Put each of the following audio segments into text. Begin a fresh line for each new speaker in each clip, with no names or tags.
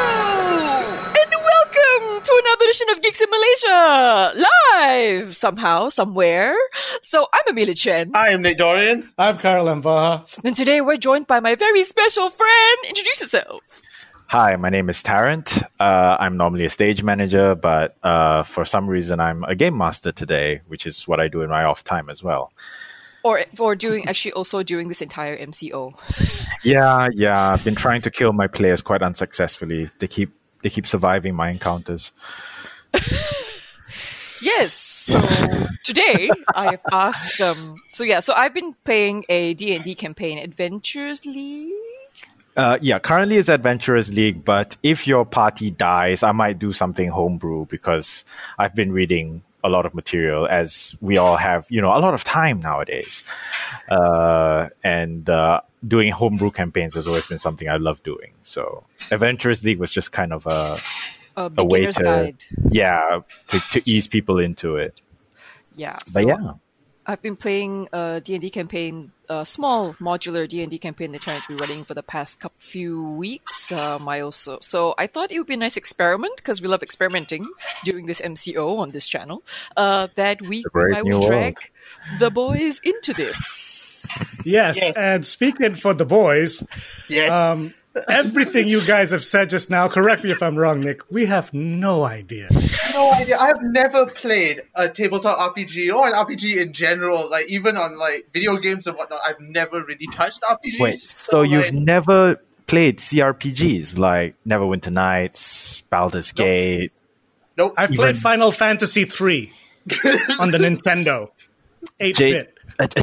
And welcome to another edition of Geeks in Malaysia, live somehow, somewhere. So I'm Amelia Chen,
I am Nick Dorian.
I'm Carol Mvaha.
and today we're joined by my very special friend. Introduce yourself.
Hi, my name is Tarrant. Uh, I'm normally a stage manager, but uh, for some reason, I'm a game master today, which is what I do in my off time as well.
Or, or doing actually also during this entire MCO.
Yeah, yeah. I've been trying to kill my players quite unsuccessfully. They keep they keep surviving my encounters.
Yes. So today I have asked um so yeah, so I've been playing a D&D campaign, Adventures League.
Uh, yeah, currently it's Adventurers League, but if your party dies, I might do something homebrew because I've been reading a lot of material as we all have, you know, a lot of time nowadays. Uh, and uh, doing homebrew campaigns has always been something I love doing. So Adventurers League was just kind of a,
A
a way
beginner's
to,
guide.
yeah, to, to ease people into it.
Yeah.
But
so
yeah.
I've been playing a D&D campaign, a small modular D&D campaign that Terrence has been running for the past couple, few weeks. Um, I also, so I thought it would be a nice experiment because we love experimenting during this MCO on this channel. Uh, that we
brave
I
new
will
world.
drag the boys into this.
Yes, and speaking for the boys,
Yes.
um, everything you guys have said just now, correct me if I'm wrong, Nick, we have no idea.
no idea. I have never played a tabletop RPG or an RPG in general. Like even on like video games and whatnot, I've never really touched RPGs.
Wait, so you've
like,
never played CRPGs like Neverwinter Nights, Baldur's Gate?
nope.
I've played Final Fantasy III on the Nintendo 8
J-
bit.
a, a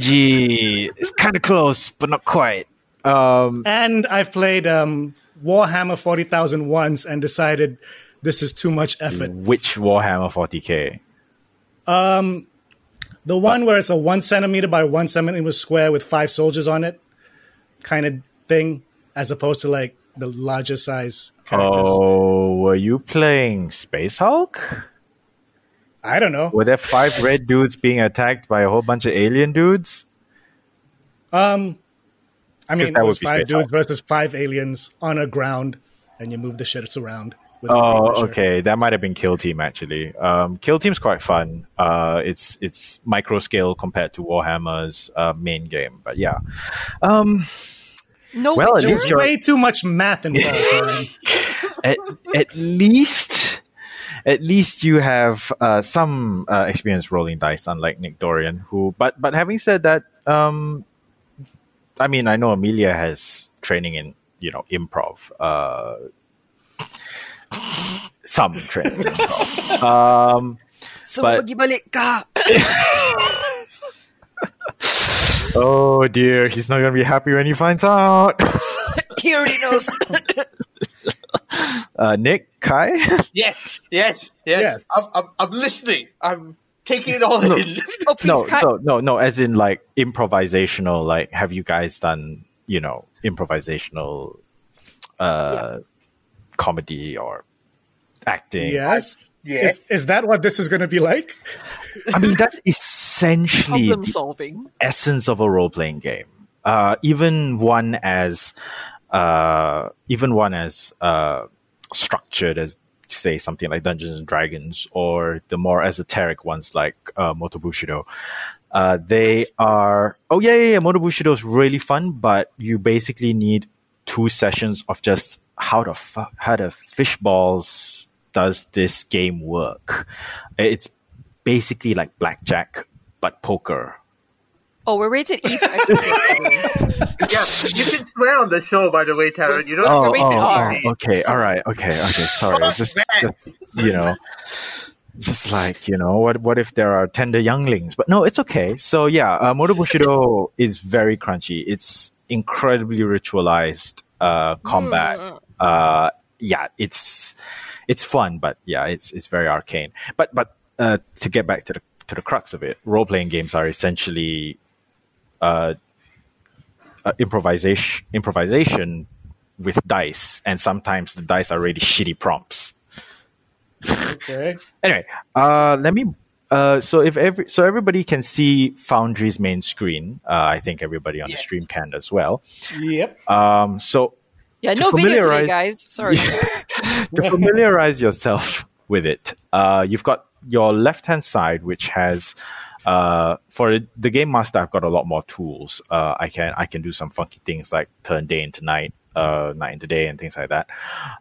JRPG. It's kind of close, but not quite.
And I've played um, Warhammer 40,000 once and decided this is too much effort.
Which Warhammer 40k?
The one where it's a one centimeter by one centimeter square with five soldiers on it kind of thing, as opposed to like the larger size characters.
Oh, were you playing Space Hulk?
I don't know.
Were there five red dudes being attacked by a whole bunch of alien dudes?
I mean,
that
it was
would be
five
space
dudes
out.
versus five aliens on a ground, and you move the shits around. With a tape
Oh,
measure.
okay. That might have been Kill Team actually. Um, Kill Team's quite fun. Uh, it's it's micro scale compared to Warhammer's uh, main game, but yeah.
No
Well,
picture.
at least
There's
you're-
way too much math involved. man.
at, at least at least you have uh, some uh, experience rolling dice unlike nick dorian who but but having said that um i mean i know amelia has training in you know improv uh some training in improv.
Semua
but-
pergi balik kah?
oh dear he's not gonna be happy when he finds out
He already knows.
uh nick kai
yes, yes, yes.
Yes.
I'm, I'm, I'm listening. I'm taking it all in.
oh, please
no
cut.
so no no as in like improvisational like have you guys done you know improvisational uh comedy or acting
yes.
Yeah.
Is, is that what this is going to be like?
i mean that's essentially
Problem
the
solving.
essence of a role playing game. Uh, even one as uh, even one as uh, structured as say something like Dungeons and Dragons or the more esoteric ones like uh, Motobushido. Uh, they are oh yeah yeah yeah Motobushido is really fun, but you basically need two sessions of just how to fu- how to fish balls does this game work? It's basically like blackjack but poker
Oh, we're rated E for exercise.
yeah, you can swear on the show, by the way, Taryn. You don't
oh,
have to
rated
oh,
R.
oh, okay, all right, okay, okay. Sorry,
Fuck
just,
that.
just you know, just like you know, what what if there are tender younglings? But no, it's okay. So yeah, uh, Moto Bushido is very crunchy. It's incredibly ritualized uh, combat.
Mm.
Uh, yeah, it's it's fun, but yeah, it's it's very arcane. But but uh, to get back to the to the crux of it, role playing games are essentially uh, improvisation improvisation with dice, and sometimes the dice are really shitty prompts.
Okay.
Anyway, uh, let me. Uh, so if every so everybody can see Foundry's main screen, uh, I think everybody on
Yes.
the stream can as well.
Yep.
Um, so
Yeah,
To
no video today,
familiarize-
guys. Sorry.
to familiarize yourself with it, uh, you've got your left hand side, which has uh, for the game master. I've got a lot more tools. Uh, I can I can do some funky things like turn day into night, uh, night into day, and things like that.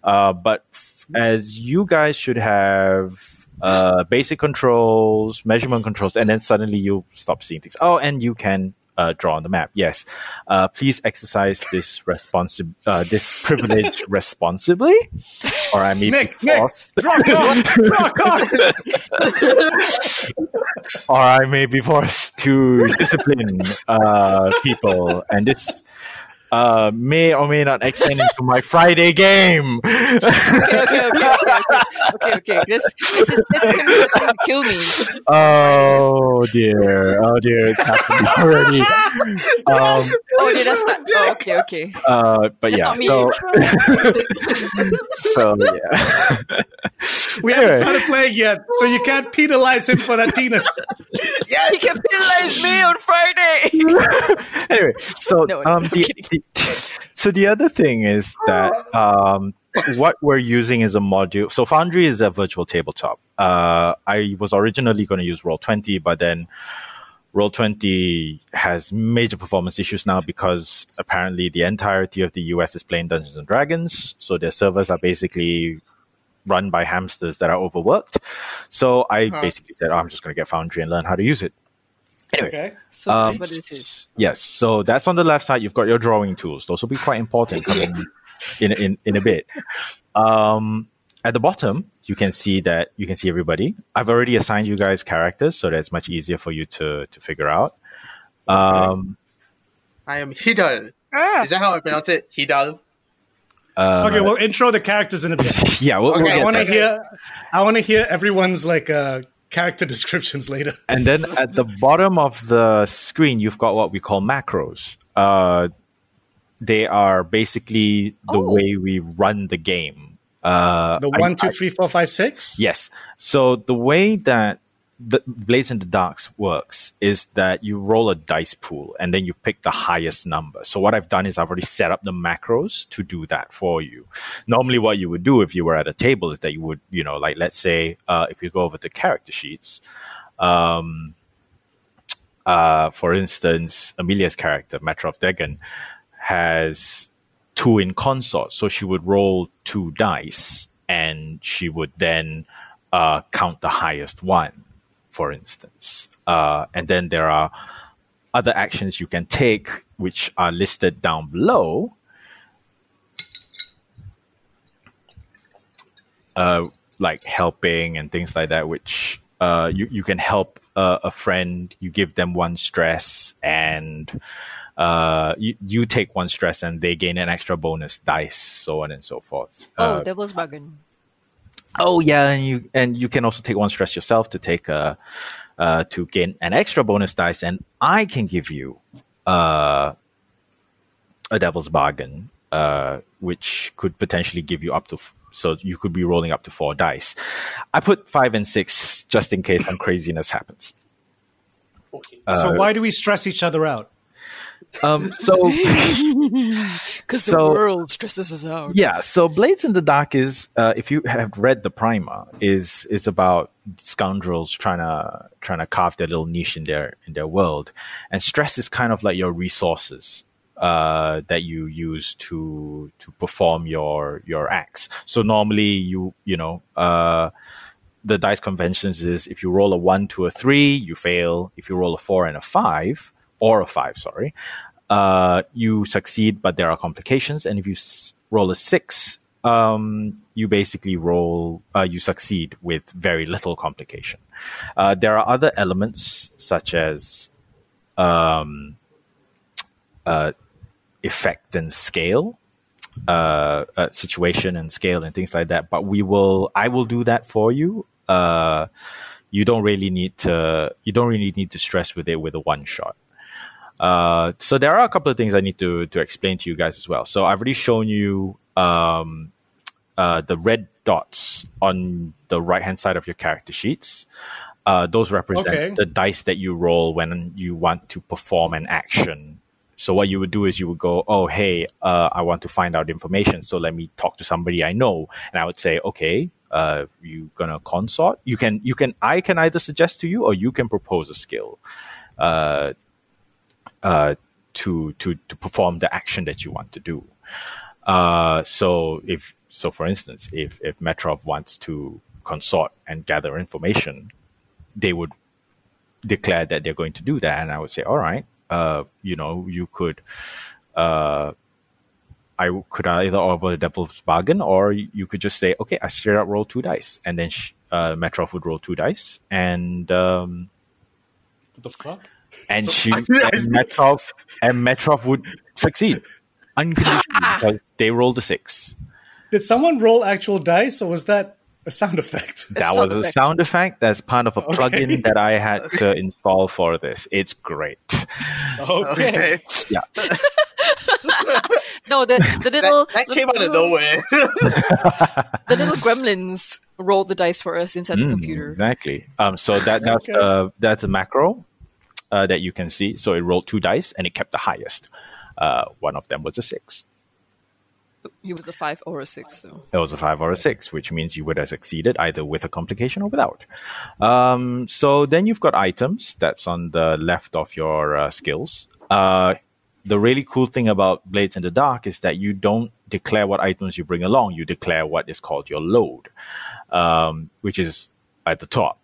Uh, but f- as you guys should have uh, basic controls, measurement controls, and then suddenly you stop seeing things. Oh, and you can. Uh, draw on the map. Yes, uh, please exercise this responsi- uh, this privilege responsibly or I may
Nick,
be
Nick,
forced,
Draw card. Draw card.
or I may be forced to discipline uh, people, and this uh, may or may not extend into my Friday game.
okay, okay, okay, okay, okay, okay, okay. This, this is this is gonna be the thing to kill me.
oh dear! Oh dear! It's happened already. Um,
Oh, yeah, that's not. Oh, okay, okay.
uh, but
That's
yeah,
not me.
so so yeah.
We haven't started playing yet, so you can't penalize him for that penis.
oh.
Yes.
He can penalize me on Friday.
anyway, so
No, no, I'm
um, the, the, so the other thing is that um, what we're using is a module. So Foundry is a virtual tabletop. Uh, I was originally going to use Roll Twenty, but then Roll Twenty has major performance issues now because apparently the entirety of the US is playing Dungeons and Dragons, so their servers are basically run by hamsters that are overworked. So I
Uh-huh.
basically said, oh, I'm just going to get Foundry and learn how to use it.
Okay.
So this
Um,
is what this is.
Yes. So that's on the left side. You've got your drawing tools. Those will be quite important coming in, in in a bit. Um, at the bottom, you can see that you can see everybody. I've already assigned you guys characters, so that's much easier for you to to figure out. Um,
I am Hidal.
Ah.
Is that how I pronounce it? Hidal.
uh,
Okay, we'll intro the characters in a bit.
yeah, we'll, we'll
Okay,
get
I want to
there.
hear. I want to hear everyone's like uh, character descriptions later.
And then at the bottom of the screen, you've got what we call macros. Uh, they are basically the
Oh.
way we run the game. Uh,
The
I-
one, two, three, four, five, six.
Yes. So the way that the Blaze in the Darks works is that you roll a dice pool and then you pick the highest number. So what I've done is I've already set up the macros to do that for you. Normally, what you would do if you were at a table is that you would, you know, like let's say uh, if you go over the character sheets, um, uh, for instance, Amelia's character, Matra of Degan, has two in consort. So she would roll two dice and she would then uh, count the highest one, for instance. Uh, and then there are other actions you can take, which are listed down below. uh, like helping and things like that, which uh, you you can help uh, a friend. You give them one stress, and uh, you you take one stress, and they gain an extra bonus dice, so on and so forth.
Oh,
Uh,
devil's bargain.
oh yeah, and you and you can also take one stress yourself to take a uh, to gain an extra bonus dice, and I can give you uh, a devil's bargain, uh, which could potentially give you up to. F- so you could be rolling up to four dice. I put five and six just in case some craziness happens.
so
uh,
why do we stress each other out?
Um, so
Because
the so-
the world stresses us out.
yeah, so Blades in the Dark is, uh, if you have read the primer, is is about scoundrels trying to trying to carve their little niche in their in their world, and stress is kind of like your resources uh, that you use to to perform your your acts. So normally you you know. Uh, the dice conventions is if you roll a one to a three, you fail. If you roll a four and a five, or a five, sorry, uh, you succeed, but there are complications. And if you s- roll a six, um, you basically roll, uh, you succeed with very little complication. Uh, there are other elements such as um, uh, effect and scale uh, uh, situation and scale and things like that. But we will, I will do that for you. Uh, you don't really need to, you don't really need to stress with it with a one shot. Uh, so there are a couple of things I need to to explain to you guys as well. So I've already shown you um, uh, the red dots on the right hand side of your character sheets. Uh, those represent
Okay.
the dice that you roll when you want to perform an action. So what you would do is you would go, oh hey, uh, I want to find out information, so let me talk to somebody I know, and I would say, okay, uh, you gonna consort? You can you can I can either suggest to you or you can propose a skill. Uh, uh, to to to perform the action that you want to do. Uh, so if so, for instance, if if Metrov wants to consort and gather information, they would declare that they're going to do that, and I would say, all right, uh, you know, you could. Uh, I w- could either offer the devil's bargain, or you could just say, "Okay, I straight up roll two dice," and then sh- uh, Metrov would roll two dice, and um,
What the fuck?
and she and Metrov and Metrov would succeed unconditionally because they rolled a six.
Did someone roll actual dice, or was that a sound effect?
that
sound
was a
effect.
sound effect. That's part of a
Okay.
plugin that I had to install for this. It's great.
Okay.
Okay.
No, the, the little
That, that came out of
little-
nowhere.
The little gremlins rolled the dice for us inside the
Mm,
computer.
Exactly. Um, so that that's
Okay.
uh, that's a macro uh, that you can see. So it rolled two dice and it kept the highest. Uh, one of them was a six.
He was a five or a six. So.
It was a five or a six, which means you would have succeeded either with a complication or without. Um, so then you've got items. That's on the left of your uh, skills. Uh, the really cool thing about Blades in the Dark is that you don't declare what items you bring along. You declare what is called your load, um, which is at the top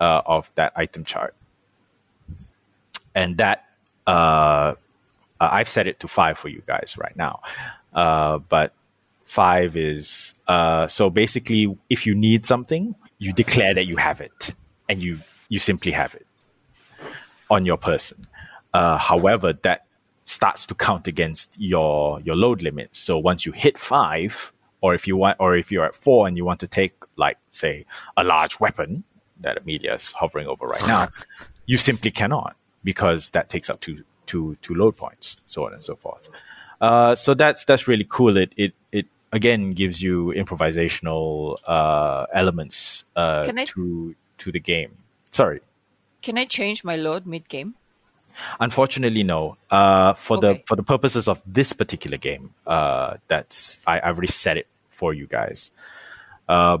uh, of that item chart. And that uh, I've set it to five for you guys right now, uh, but five is uh, so basically if you need something, you declare that you have it, and you you simply have it on your person. Uh, however, that starts to count against your your load limit. So once you hit five, or if you want, or if you're at four and you want to take like say a large weapon that Amelia is hovering over right now, you simply cannot because that takes up two two two load points, so on and so forth. Uh, so that's that's really cool. It it it again gives you improvisational uh, elements uh,
Can I-
to to the game. Sorry.
Can I change my load mid game?
Unfortunately, no. Uh, for the
Okay.
for the purposes of this particular game, uh, that's I, I already set it for you guys.
Like, Uh,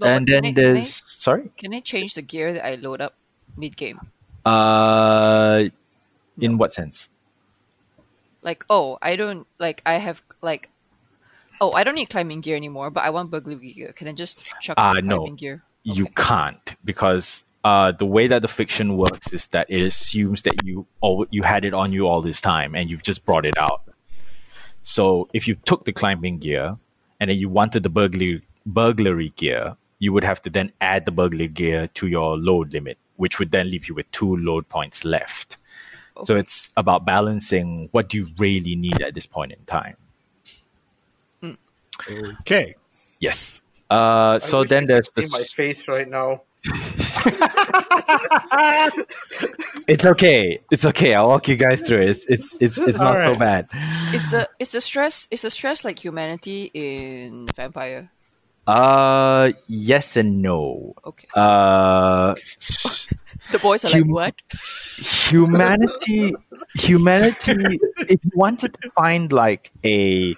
no, but can I-
and then
can I-
there's sorry.
Can I change the gear that I load up mid game?
Uh, in what sense?
Like, oh, I don't like. I have like, oh, I don't need climbing gear anymore, but I want burglary gear. Can I just chuck
Ah,
in
no.
climbing gear?
You can't because uh, the way that the fiction works is that it assumes that you all, you had it on you all this time and you've just brought it out. So if you took the climbing gear and then you wanted the burglary burglary gear, you would have to then add the burglary gear to your load limit, which would then leave you with two load points left. So
Okay.
it's about balancing what do you really need at this point in time.
Okay.
Yes. Uh,
I
so
wish
then
you
there's
could see my
the
face right now.
It's okay. It's okay. I'll walk you guys through it. It's it's it's, it's not so
Alright.
bad.
Is the is the stress is the stress like humanity in Vampire?
Uh, yes and no.
Okay,
Uh, s-
the boys are
hum-
like, what?
humanity, humanity. if you wanted to find like a,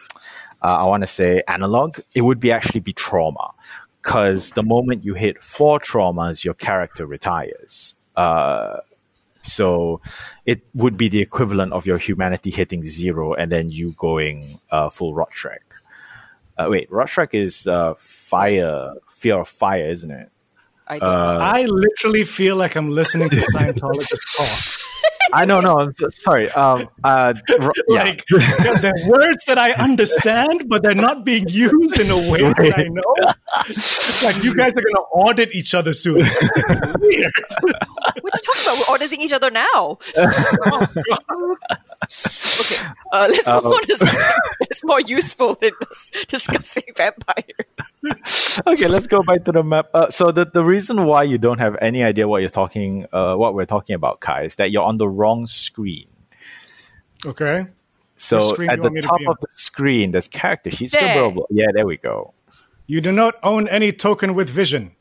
uh, I want to say analog, it would be actually be trauma, because the moment you hit four traumas, your character retires. Uh, so it would be the equivalent of your humanity hitting zero and then you going uh, full rot track. Uh, wait, rot track is uh, fire, fear of fire, isn't it?
I don't know.
Uh,
I literally feel like I'm listening to Scientologists talk.
I don't know. I'm so, sorry. Um, uh, ro- yeah.
Like they're, they're words that I understand, but they're not being used in a way that I know. It's like you guys are gonna audit each other soon. It's weird.
What are you talking about? We're auditing each other now. okay,
Uh,
uh, let's move on. To something that's more useful than dis- discussing vampire.
okay, let's go back to the map. Uh, so the, the reason why you don't have any idea what you're talking, uh, what we're talking about, Kai, is that you're on the wrong screen.
Okay.
So
screen
at
you
the
want me to
top
be on?
of the screen, there's character sheets.
There.
Blah, blah, blah. Yeah, there we go.
You do not own any token with vision.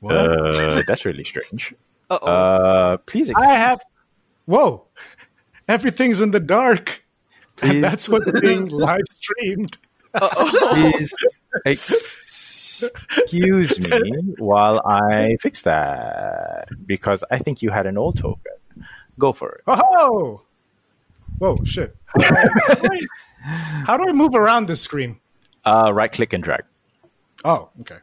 What?
Uh, that's really strange.
Uh-oh.
Uh, please, ex-
I have. Whoa. Everything's in the dark.
Please.
And that's what's being live streamed.
please ex- excuse me while I fix that because I think you had an old token. Go for it.
Oh! Whoa, shit. How do I, how do I- how do I move around this screen?
Uh, right click and drag.
Oh, okay.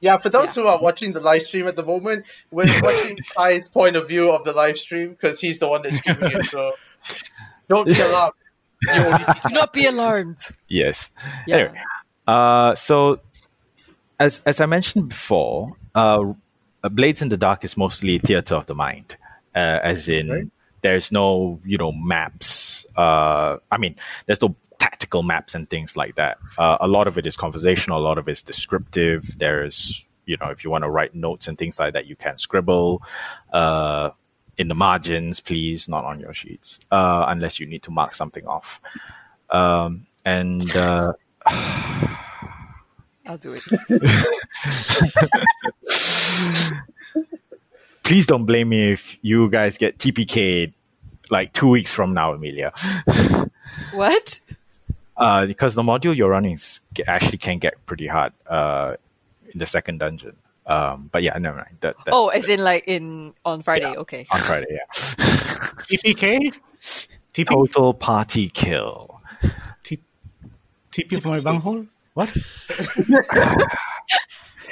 Yeah, for those who are watching the live stream at the moment, we're watching Kai's point of view of the live stream because he's the one that's streaming it. So don't be alarmed. You only see
Do not be alarmed.
Yes.
Yeah.
Anyway, uh, so as as I mentioned before, uh, Blades in the Dark is mostly theater of the mind, uh, as in there's no you know maps. Uh, I mean, there's no tactical maps and things like that. Uh, a lot of it is conversational. A lot of it is descriptive. There's you know if you want to write notes and things like that, you can scribble. Uh, in the margins, please, not on your sheets, uh, unless you need to mark something off. Um, and uh,
I'll do it.
please don't blame me if you guys get TPK'd like two weeks from now, Amelia,
What?
uh, because the module you're running is, actually can get pretty hard uh, in the second dungeon. Um, but yeah, never mind. That, that's
Oh, as in like in on Friday. Okay.
on Friday, yeah.
TPK? TP,
Total party kill.
T- TP for my bunghole? What?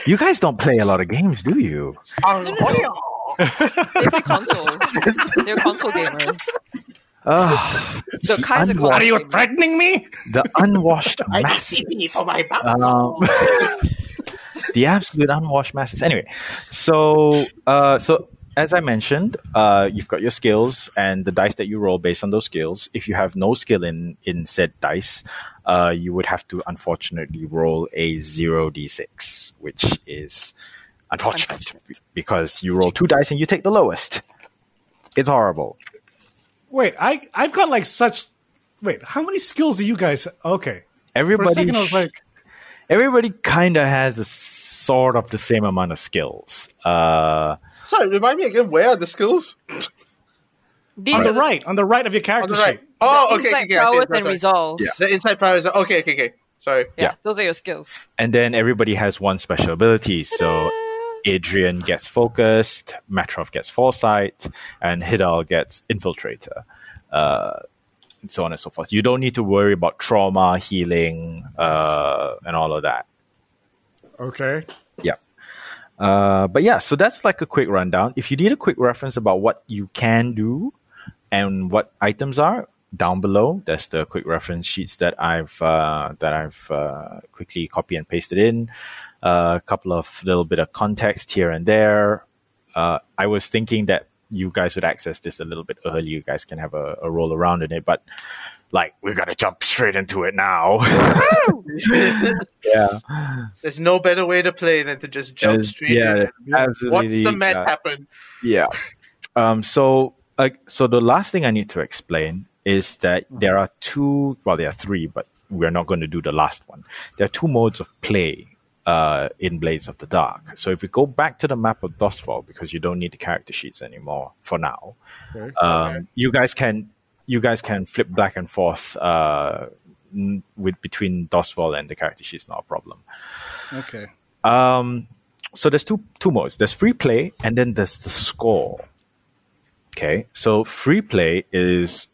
You guys don't play a lot of games, do you?
They play console. They're console gamers.
Ah,
Look, Kai's a
unwashed-
console
Are you
gamer.
threatening me?
the unwashed masses. Um, the absolute unwashed masses. Anyway, so uh, so as I mentioned, uh, you've got your skills and the dice that you roll based on those skills. If you have no skill in in said dice, uh, you would have to unfortunately roll a zero d six, which is unfortunate,
Unfortunate.
because you roll two dice and you take the lowest. It's horrible.
Wait, I, I've got like such. Wait, how many skills do you guys. Okay. For a
Everybody,
second, I was
sh-
like,
everybody kind of has a s- sort of the same amount of skills. Uh,
Sorry, remind me again, where are the skills?
These
on
are
the right, on the right of your
On
character
the right.
sheet.
Oh, okay, okay,
Insight,
okay. I see,
prowess,
sorry,
and
sorry.
resolve. Yeah.
The inside power is okay, okay, okay. Sorry.
Yeah.
Those are your skills.
and then everybody has one special ability. So Adrian gets focused, Matrov gets foresight, and Hidal gets infiltrator, uh, and so on and so forth. You don't need to worry about trauma, healing, uh, and all of that.
Okay.
Yeah. Uh, but yeah, so that's like a quick rundown. If you need a quick reference about what you can do and what items are down below, that's the quick reference sheets that I've uh, that I've uh, quickly copy and pasted in. A couple of little bit of context here and there. Uh, I was thinking that you guys would access this a little bit early. You guys can have a, a roll around in it, but like we gotta jump straight into it now. yeah,
There's no better way to play than to just jump straight
Yeah,
in. What's
absolutely.
the mess
yeah.
happen?
Yeah. Um, so, uh, so the last thing I need to explain is that there are two. Well, there are three, but we're not going to do the last one. There are two modes of play uh, in Blades of the Dark. So, if we go back to the map of Dosfall, because you don't need the character sheets anymore for now,
Okay.
um, you guys can you guys can flip back and forth uh, n- with between Dosfall and the character sheets. Not a problem.
Okay.
Um, so there's two two modes. There's free play, and then there's the score. Okay, so free play is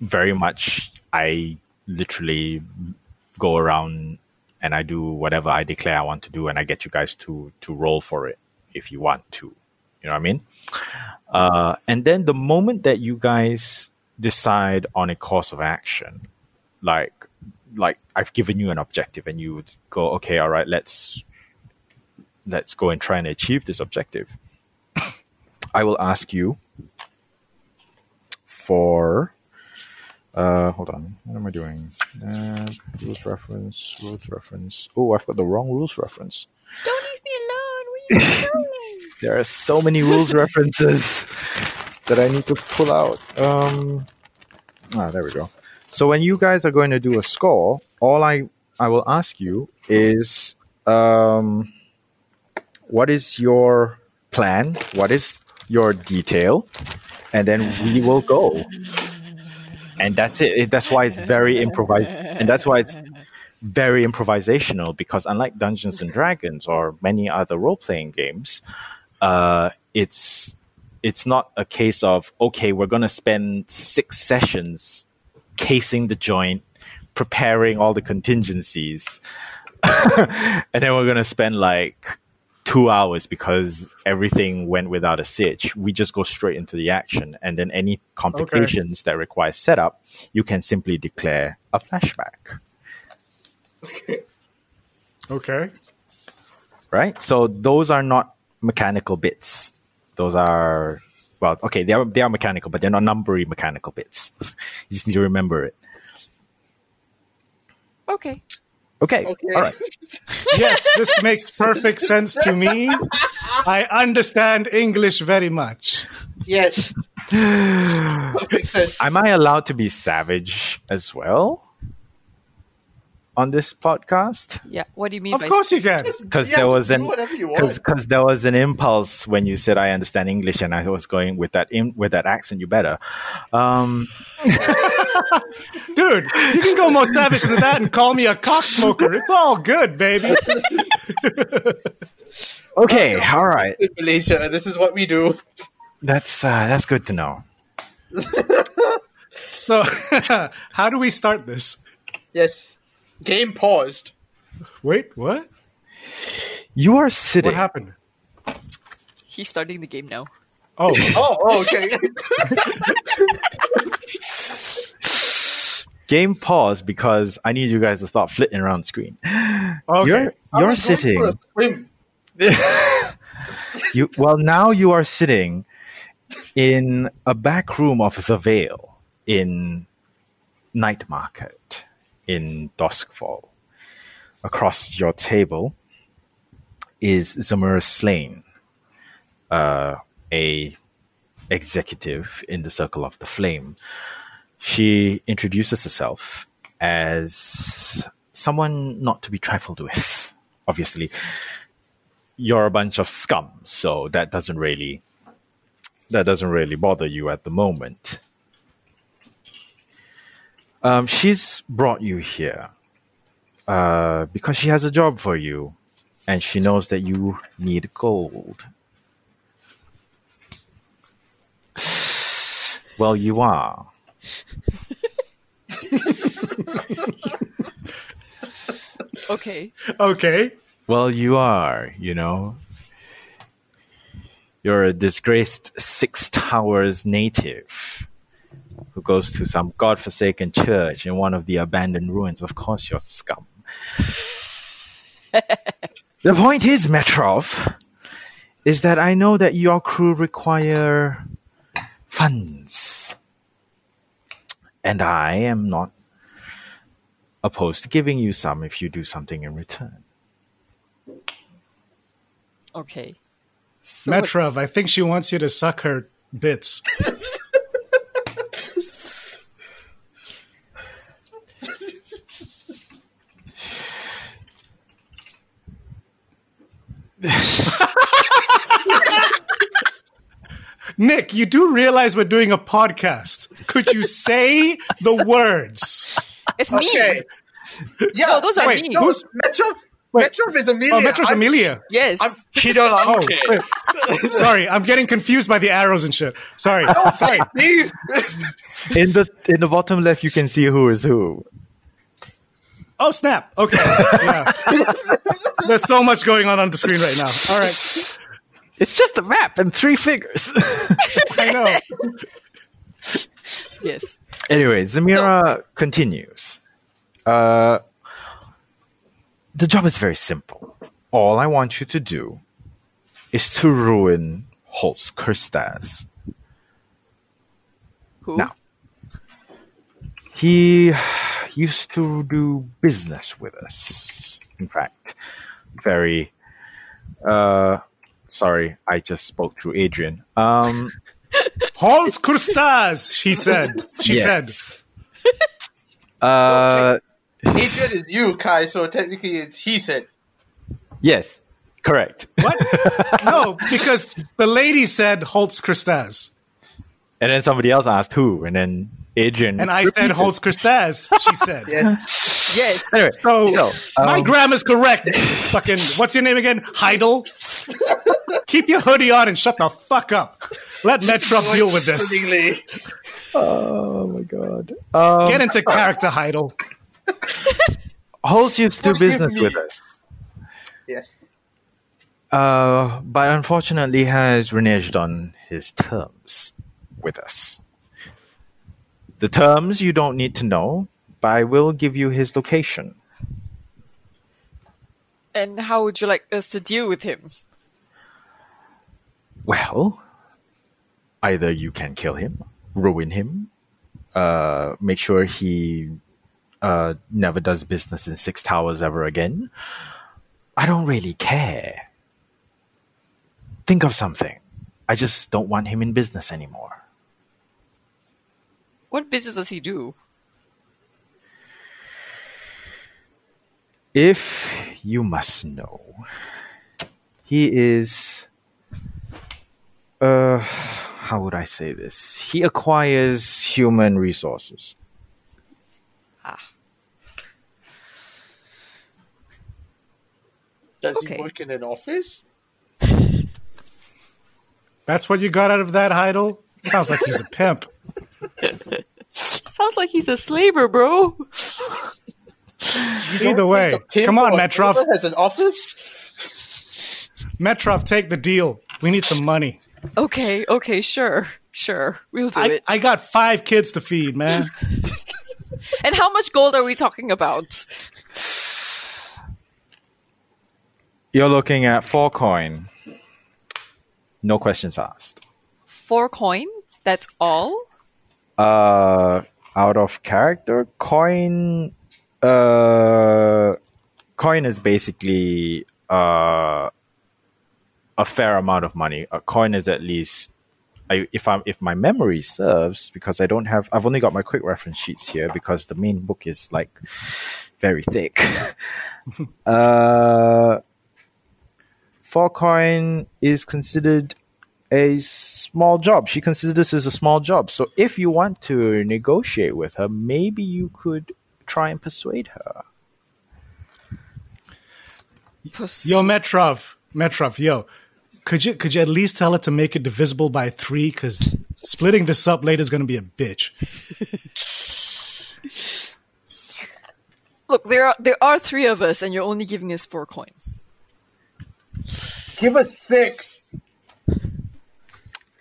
very much I literally go around and I do whatever I declare I want to do, and I get you guys to to roll for it if you want to. You know what I mean? Uh, and then the moment that you guys decide on a course of action, like like I've given you an objective and you would go, okay, all right, let's let's go and try and achieve this objective. I will ask you for Uh, hold on. What am I doing? Uh, rules reference, rules reference. Oh, I've got the wrong rules reference.
Don't leave me alone. Where are you going?
There are so many rules references that I need to pull out. Um, ah, there we go. So when you guys are going to do a score, all I I will ask you is, um, what is your plan? What is your detail? And then we will go. And that's it. It- That's why it's very improvised, and that's why it's very improvisational because unlike Dungeons and Dragons or many other role playing games, uh, it's it's not a case of okay, we're going to spend six sessions casing the joint, preparing all the contingencies, and then we're going to spend like two hours because everything went without a stitch. We just go straight into the action, and then any complications that require setup, you can simply declare a flashback.
Okay.
right? So those are not mechanical bits. Those are well, okay, they are they are mechanical, but they're not numbery mechanical bits. you just need to remember it.
Okay.
Okay.
Okay.
All right.
Yes, this makes perfect sense to me. I understand English very much.
Yes. Perfect sense.
Am I allowed to be savage as well on this podcast?
Yeah. What do you mean
Of
by
course you can.
Because
Yeah,
there
just
was
do
an
whatever you want.
because there was an impulse when you said I understand English and I was going with that in, with that accent. You better. Um,
Dude, you can go more savage than that and call me a cocksmoker. It's all good, baby.
okay. All right.
In Malaysia, this is what we do.
That's uh, that's good to know.
So, how do we start this?
Yes. Game paused.
Wait, what?
You are sitting.
What happened?
he's starting the game now?
Oh,
Oh, oh okay.
game pause because I need you guys to stop flitting around the screen.
okay.
You're you're
I'm going for a
sitting.
swim.
You well now you are sitting in a back room of the Vale in Night Market in Duskfall. Across your table is Zamora Slain, uh, a executive in the Circle of the Flame. She introduces herself as someone not to be trifled with. Obviously, you're a bunch of scum, so that doesn't really that doesn't really bother you at the moment. Um, she's brought you here uh, because she has a job for you, and she knows that you need gold. Well, you are.
Okay.
Okay.
Well, you are, you know. You're a disgraced Six Towers native who goes to some godforsaken church in one of the abandoned ruins. Of course, you're scum. the point is, Metrov, is that I know that your crew require funds. And I am not opposed to giving you some if you do something in return.
Okay. So what-
Metrov, I think she wants you to suck her bits. Nick, you do realize we're doing a podcast. Could you say the words?
it's me.
Okay. Yeah.
No, those are
Wait,
me.
No,
who's-
Metrov?
Wait.
Metrov is Amelia.
Oh, Metro's
I'm-
Amelia.
Yes.
I'm Peter
Oh,
Lange.
wait. sorry, I'm getting confused by the arrows and shit. Sorry, sorry.
Me?
in the in the bottom left you can see who is who
Oh snap! Okay, yeah. there's so much going on on the screen right now. All right,
it's just a map and three figures
I know.
yes.
anyway zamira continues uh the job is very simple all i want you to do is to ruin holz Kerstaz.
Who?
now He used to do business with us. In fact, very. Uh, sorry, I just spoke to Adrian. Um,
Hans Krustas, she said. She
Yes.
said.
uh,
Adrian is you, Kai, so technically it's he said.
yes, correct.
What? no, because the lady said Holtz Christas.
And then somebody else asked who, and then Adrian
And I said
repeated.
Holtz Christas, she said.
Yes.
Anyway,
So,
So,
my
um,
grammar's correct. Fucking, what's your name again? Heidel? Keep your hoodie on and shut the fuck up. Let Metro deal with this.
Suddenly,
oh my god. Um,
Get into character, Heidel.
Holtz used to do
Forgive
business
me.
with us.
Yes.
Uh, but unfortunately has reneged on his terms with us. The terms you don't need to know, but I will give you his location.
And how would you like us to deal with him?
Well, either you can kill him, ruin him, uh, make sure he uh, never does business in Six Towers ever again. I don't really care. Think of something. I just don't want him in business anymore.
What business does he do?
If you must know, he is. Uh, how would I say this? He acquires human resources.
Does
Okay.
he work in an office?
That's what you got out of that, Heidel? Sounds like he's a pimp.
Sounds like he's a slaver, bro.
Either way,
Him
come on,
or
Metrov.
whoever has an office?
Metrov, take the deal. We need some money.
Okay, okay, sure, sure, we'll do
I,
it.
I got five kids to feed, man.
And how much gold are we talking about?
You're looking at four coin. No questions asked.
Four coin. That's all.
Uh, out of character coin. Uh, coin is basically uh a fair amount of money. A coin is at least. I, if I'm if my memory serves, because I don't have, I've only got my quick reference sheets here because the main book is like very thick. uh, four coin is considered a small job. She considers this as a small job. So if you want to negotiate with her, maybe you could try and persuade her.
Pus-
Yo, Metrov, Metrov, yo, could you could you at least tell it to make it divisible by three? Because splitting this up later is going to be a bitch.
Look, there are there are three of us, and you're only giving us four coins.
Give us six.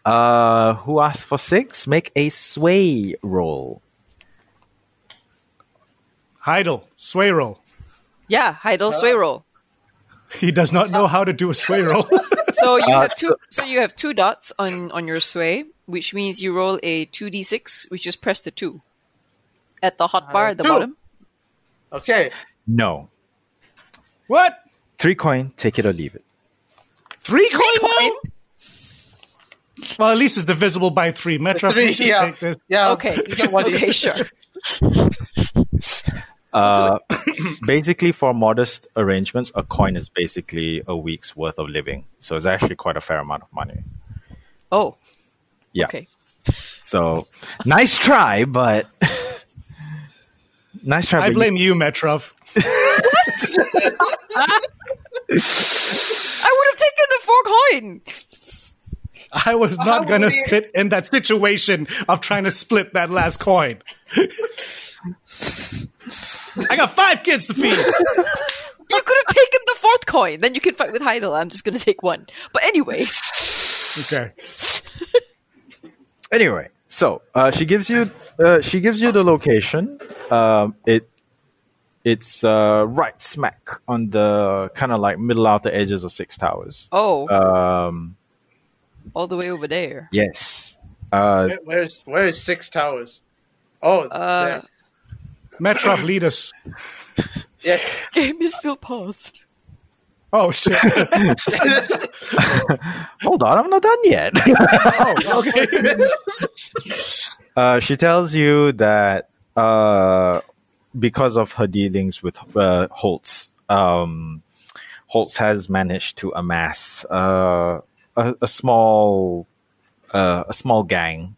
Uh, who asked for six? Make a sway roll.
Heidel, sway roll.
Yeah, Heidel sway roll.
He does not know how to do a sway roll.
So you
Uh,
have two. So you have two dots on on your sway, which means you roll a two d six, which is press the two at the hot bar at the
two.
bottom.
Okay.
No.
what?
Three coin, take it or leave it.
Three coin
Coin?
now? Well, at least it's divisible by three. Metrov,
Three,
just
yeah.
take this.
Yeah.
Okay.
You get one
okay.
each.
Sure.
Uh, basically, for modest arrangements, a coin is basically a week's worth of living. So it's actually quite a fair amount of money.
Oh.
Yeah.
Okay.
So nice try, but nice try.
I
but
blame you, Metrov.
I would have taken the four coin.
I was
How
not going to
weird.
sit in that situation of trying to split that last coin. I got five kids to feed.
You could have taken the fourth coin. Then you can fight with Heidel. I'm just going to take one. But anyway,
Okay.
anyway so uh, she gives you uh, she gives you the location um, it it's uh, right smack on the kind of like middle outer edges of six towers
oh,
um,
all the way over there.
yes uh,
Where- Where's where is six towers? Oh,
Uh,
there.
Metrov, lead us.
Yes.
Game is still paused.
Oh shit!
Hold on, I'm not done yet.
Oh, okay.
uh, she tells you that uh, because of her dealings with uh, Holtz, um, Holtz has managed to amass uh, a, a small uh, a small gang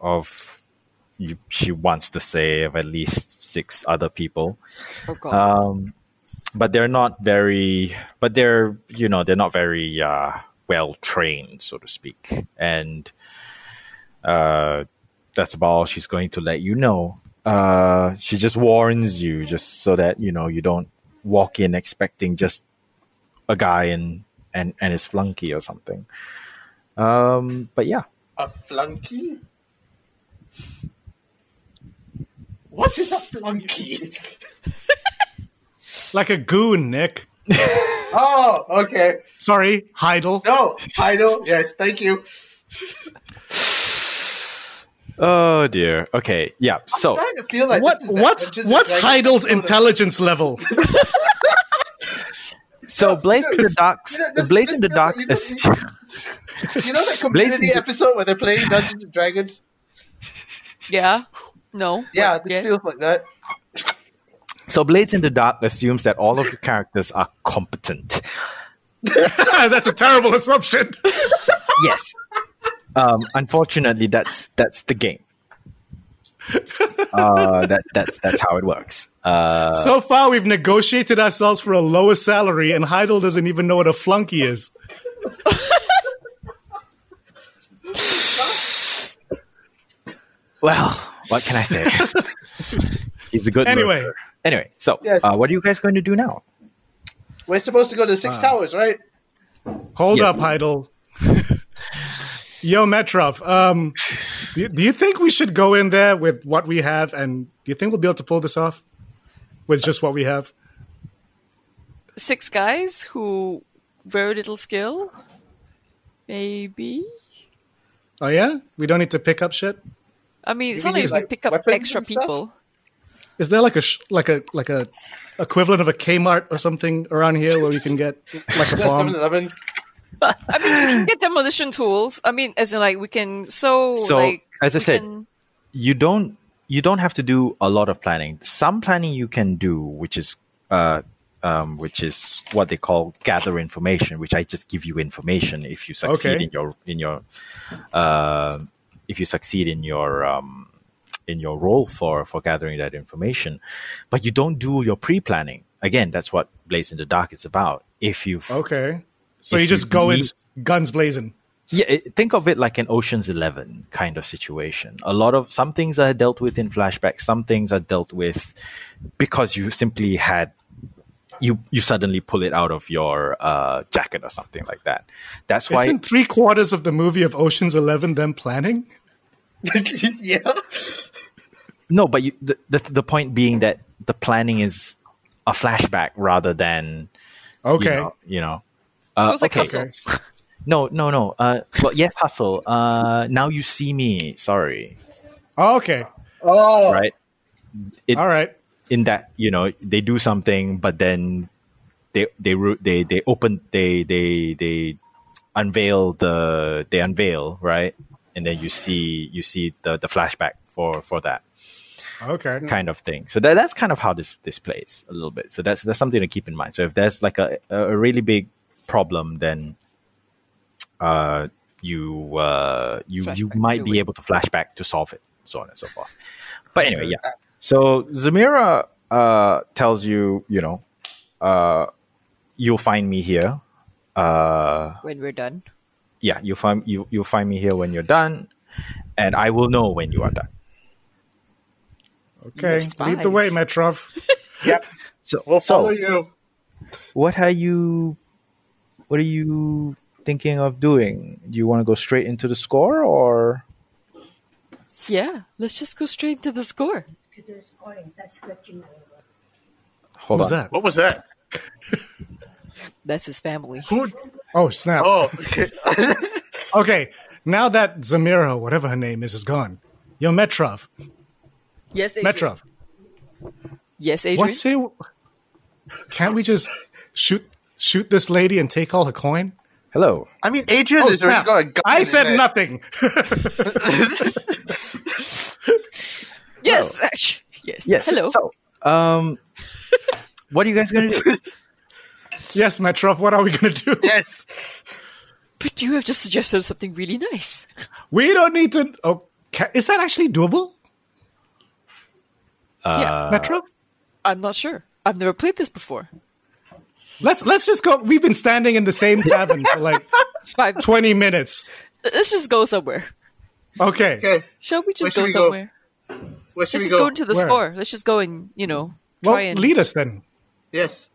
of you, she wants to say of at least six other people.
Oh god.
Um, but they're not very, but they're you know they're not very uh, well trained, so to speak, and uh, that's about all she's going to let you know. Uh, she just warns you, just so that you know you don't walk in expecting just a guy and and and his flunky or something. Um, but yeah,
A flunky? What is a flunky?
Like a goon, Nick.
oh, okay.
Sorry, Heidel.
No, I know. Yes, thank you.
Oh dear. Okay. Yeah. So
I'm starting to feel like
Oh. What?
this is that
What's
Dungeons and
what's
Dragons
Heidel's
episode of-
intelligence level?
so Blaze in the Dark.
You know, this-
Blaze
this
in the
feels
Dark.
like-
is-
you know, You know that community
Blazing-
episode where they're playing Dungeons and Dragons?
yeah. No.
Yeah,
What?
this feels like that.
so Blades in the Dark assumes that all of your characters are competent.
That's a terrible assumption.
Yes. Um, unfortunately, that's that's the game. Uh, that that's that's how it works. Uh,
so far, we've negotiated ourselves for a lower salary, and Heidel doesn't even know what a flunky is.
well, what can I say? He's a good.
Anyway.
murderer. Anyway, so
Yeah.
uh, what are you guys going to do now?
We're supposed to go to Six
Uh,
Towers, right?
Hold
Yeah.
up, Heidel. Yo, Metrov. Um, do, you- do you think we should go in there with what we have, and do you think we'll be able to pull this off with just what we have?
Six guys who very little skill. Maybe.
Oh yeah, we don't need to pick up shit.
I mean, it's
mean
not like
use,
you can
like,
pick up
weapons
extra
and stuff?
people.
Is there like a sh- like a like a equivalent of a Kmart or something around here where we can get like a
Seven
bomb?
Eleven.
I mean, we can get demolition tools. I mean, as in like we can. So,
So,
like,
as I
we
said,
can-
you don't you don't have to do a lot of planning. Some planning you can do, which is uh, um, which is what they call gather information, which I just give you information if you succeed
Okay.
in your in your uh, if you succeed in your um, in your role for for gathering that information, but you don't do your pre planning. Again, that's what Blaze in the Dark is about. If you have
Okay, so
If
you just
you
go in
need-
guns blazing.
yeah, it- think of it like an Ocean's Eleven kind of situation. A lot of some things are dealt with in flashbacks. Some things are dealt with because you simply had you you suddenly pull it out of your uh, jacket or something like that. That's why
Isn't three quarters of the movie of Ocean's Eleven them planning?
yeah.
no, but you, the, the the point being that the planning is a flashback rather than you
Okay,
know, you know. Uh,
so it's like
okay.
hustle.
No, no, no. Uh, well, yes, hustle. Uh, now you see me. Sorry,
Oh, okay,
Oh,
right? It,
all right.
in that you know they do something but then they they ru- they they open they they they unveil the they unveil right and then you see you see the the flashback for for that
Okay.
kind of thing so that, that's kind of how this this plays a little bit so that's that's something to keep in mind so if there's like a a really big problem then uh you uh you you
Flashback,
might
do
be
it.
able to flashback to solve it so on and so forth but anyway yeah so zamira uh tells you you know uh you'll find me here uh
when we're done.
yeah you'll find you you'll find me here when you're done and i will know when you are done
Okay,
You're
lead the way,
spies.
Metrov.
Yep.
so
We'll
so-
follow you.
what are you what are you thinking of doing do you want to go straight into the score or
Yeah, let's just go straight to the score.
to the scoring, that's what you
hold
Who's
on
that?
What was that?
That's his family.
Who?
Oh snap!
Oh, okay.
Okay, now that Zamira, whatever her name is, is gone. Yo, Metrov,
Yes,
Metrov,
Yes, Adrian.
What say? Can't we just shoot shoot this lady and take all her coin?
Hello.
I mean, Adrian is already
Oh,
got
Snap.
a gun.
I
in
said
it.
nothing.
yes, actually, yes.
Yes.
Hello.
So, um, what are you guys going to do?
yes, Metrov, what are we going to do?
Yes.
but you have just suggested something really nice.
We don't need to. Oh, ca is that actually doable,
yeah,
Metrov?
I'm not sure. I've never played this before.
Let's let's just go. We've been standing in the same tavern for like
Five.
twenty minutes.
Let's just go somewhere.
Okay.
Okay.
Shall we just go
Where should we go?
somewhere?
Where
Let's
should we
just
go?
go into the
Where?
score. Let's just go and you know
Well,
try and
lead us then.
yes.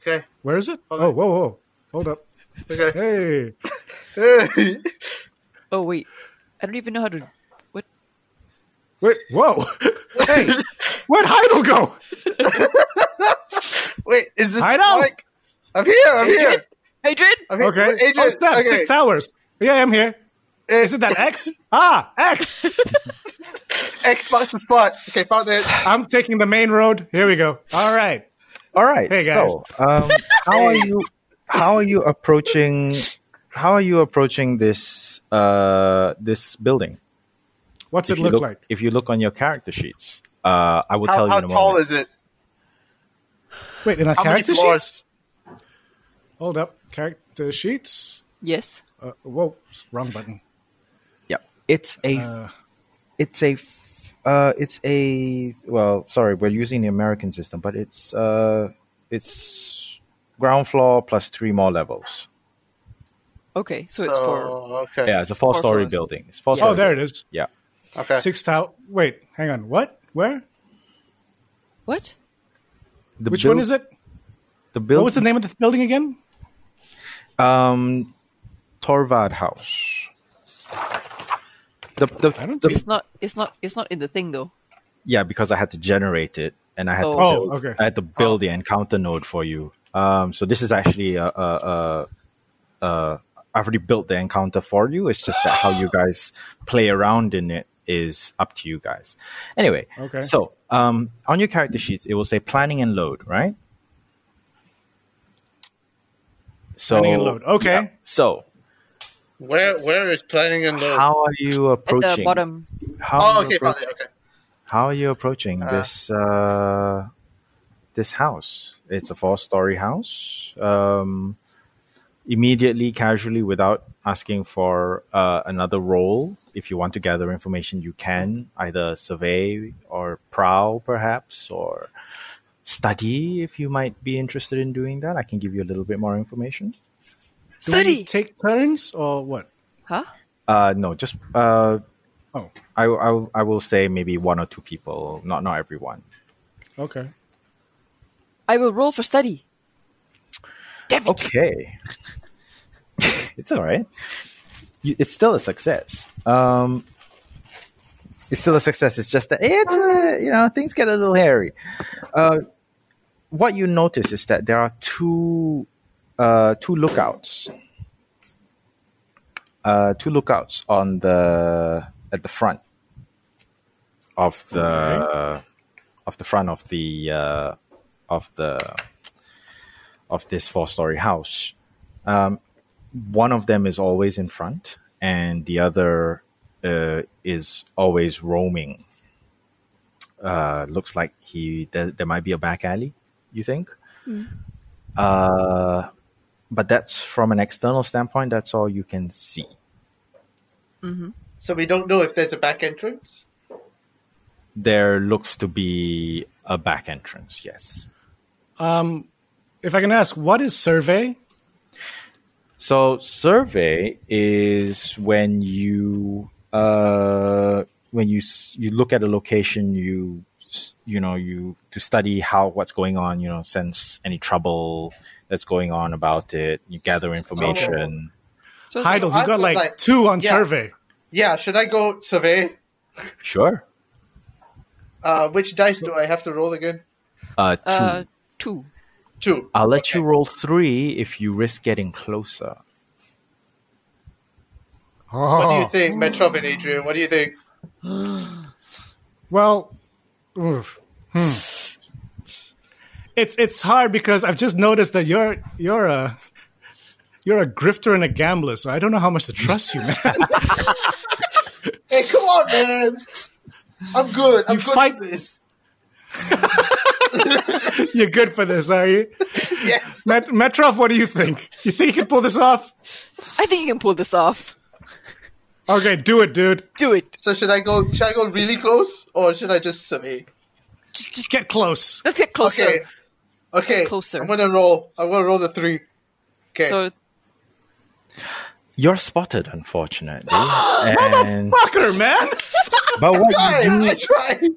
Okay.
Where is it?
Hold
oh,
on.
whoa, whoa, hold up.
Okay.
Hey,
Hey.
Oh wait, I don't even know how to. What?
wait, whoa. hey, where'd Heidel go?
Wait, is this
I know.
Mike? I'm here. I'm
Adrian,
here.
Adrian,
I'm here.
Okay.
Adrian.
oh, snap,
okay.
six hours. Yeah, I'm here.
Eh,
Isn't that X? ah, X.
X marks the spot. Okay, found it.
I'm taking the main road. Here we go. All right.
All right.
Hey,
So, um, how are you? How are you approaching? How are you approaching this uh, this building?
What's it
If you
look, like?
If you look on your character sheets, uh, I will
How,
tell you
how
in a
tall
moment.
is it?
Wait, in our
How many
character
floors?
sheets? Hold up. Character sheets.
yes.
Uh, whoa, wrong button.
Yeah, it's a,
Uh.
it's a, f- uh, it's a. Well, sorry, we're using the American system, but it's uh, it's ground floor plus three more levels.
Okay, so it's for
Oh, okay.
Yeah, it's a four-story
floors.
building. It's four.
Yeah.
Oh, there it is.
Yeah.
Okay.
Six tower. Wait, hang on. What? Where?
what?
The
Which
buil-
one is it?
The building.
What was the name of the building again?
Um, Torvad House. The, the,
I don't
the-
see-
It's not. It's not. It's not in the thing though.
yeah, because I had to generate it and I had to
Oh.
build,
Oh, okay.
I had to build the encounter node for you. Um, so this is actually a, a, a, a uh, I've already built the encounter for you. It's just that how you guys play around in it is up to you guys. Anyway,
Okay.
So um, on your character sheets, it will say planning and load, right? So
Planning and load. Okay.
yeah. So
Where Where is planning and load?
how are you
At
approaching?
the bottom.
How
oh,
are you
okay, found
approach-
it. Okay.
How are you approaching this uh, this house? It's a four story house. Um, immediately, casually, without asking for uh, another role, if you want to gather information, you can either survey or prowl, perhaps, or study if you might be interested in doing that. I can give you a little bit more information.
Do we
Study.
take turns or what?
huh?
Uh, no, just uh,
Oh,
I, I, will- I will say maybe one or two people, not not everyone.
okay.
I will roll for study. Damn it!
Okay. it's all right. You, it's still a success. Um, it's still a success. It's just that it's uh, you know things get a little hairy. Uh, what you notice is that there are two uh, two lookouts. Uh, two lookouts on the at the front of the of the front of the uh, of the of this four story house. Um, one of them is always in front, and the other uh, is always roaming. Uh, looks like he there, there might be a back alley. You think? Uh, but that's from an external standpoint. That's all you can see.
So we don't know if there's a back entrance.
There looks to be a back entrance. Yes.
If I can ask, what is survey?
So survey is when you uh, when you s- you look at a location, you s- you know you to study how what's going on, you know, sense any trouble that's going on about it. You gather information.
So
Heidel,
I
you got
thought,
like,
like-
two on
yeah.
survey.
Yeah. Should I go survey?
Sure.
Uh, which dice do I have to roll again?
Uh, two.
Uh, two.
Two.
I'll let
okay.
you roll three if you risk getting closer.
Oh.
What do you think, Metrov and Adrian? What do you think?
Well, oof. Hmm. It's it's hard because I've just noticed that you're you're a you're a grifter and a gambler, so I don't know how much to trust you, man.
Hey, come on, man. I'm good. I'm
You
good
fight-
at this.
You're good for this, are you?
Yes.
Met- Metrov, what do you think? You think you can pull this off?
I think you can pull this off.
Okay, do it, dude.
Do it.
So should I go? Should I go really close, or should I just survey?
Just, just
Get close.
let's get closer.
Okay. Okay.
Closer.
I'm gonna roll. I'm gonna roll the three. Okay.
So
You're spotted, unfortunately. and,
Fucker, man.
but what
Try,
you do
I tried.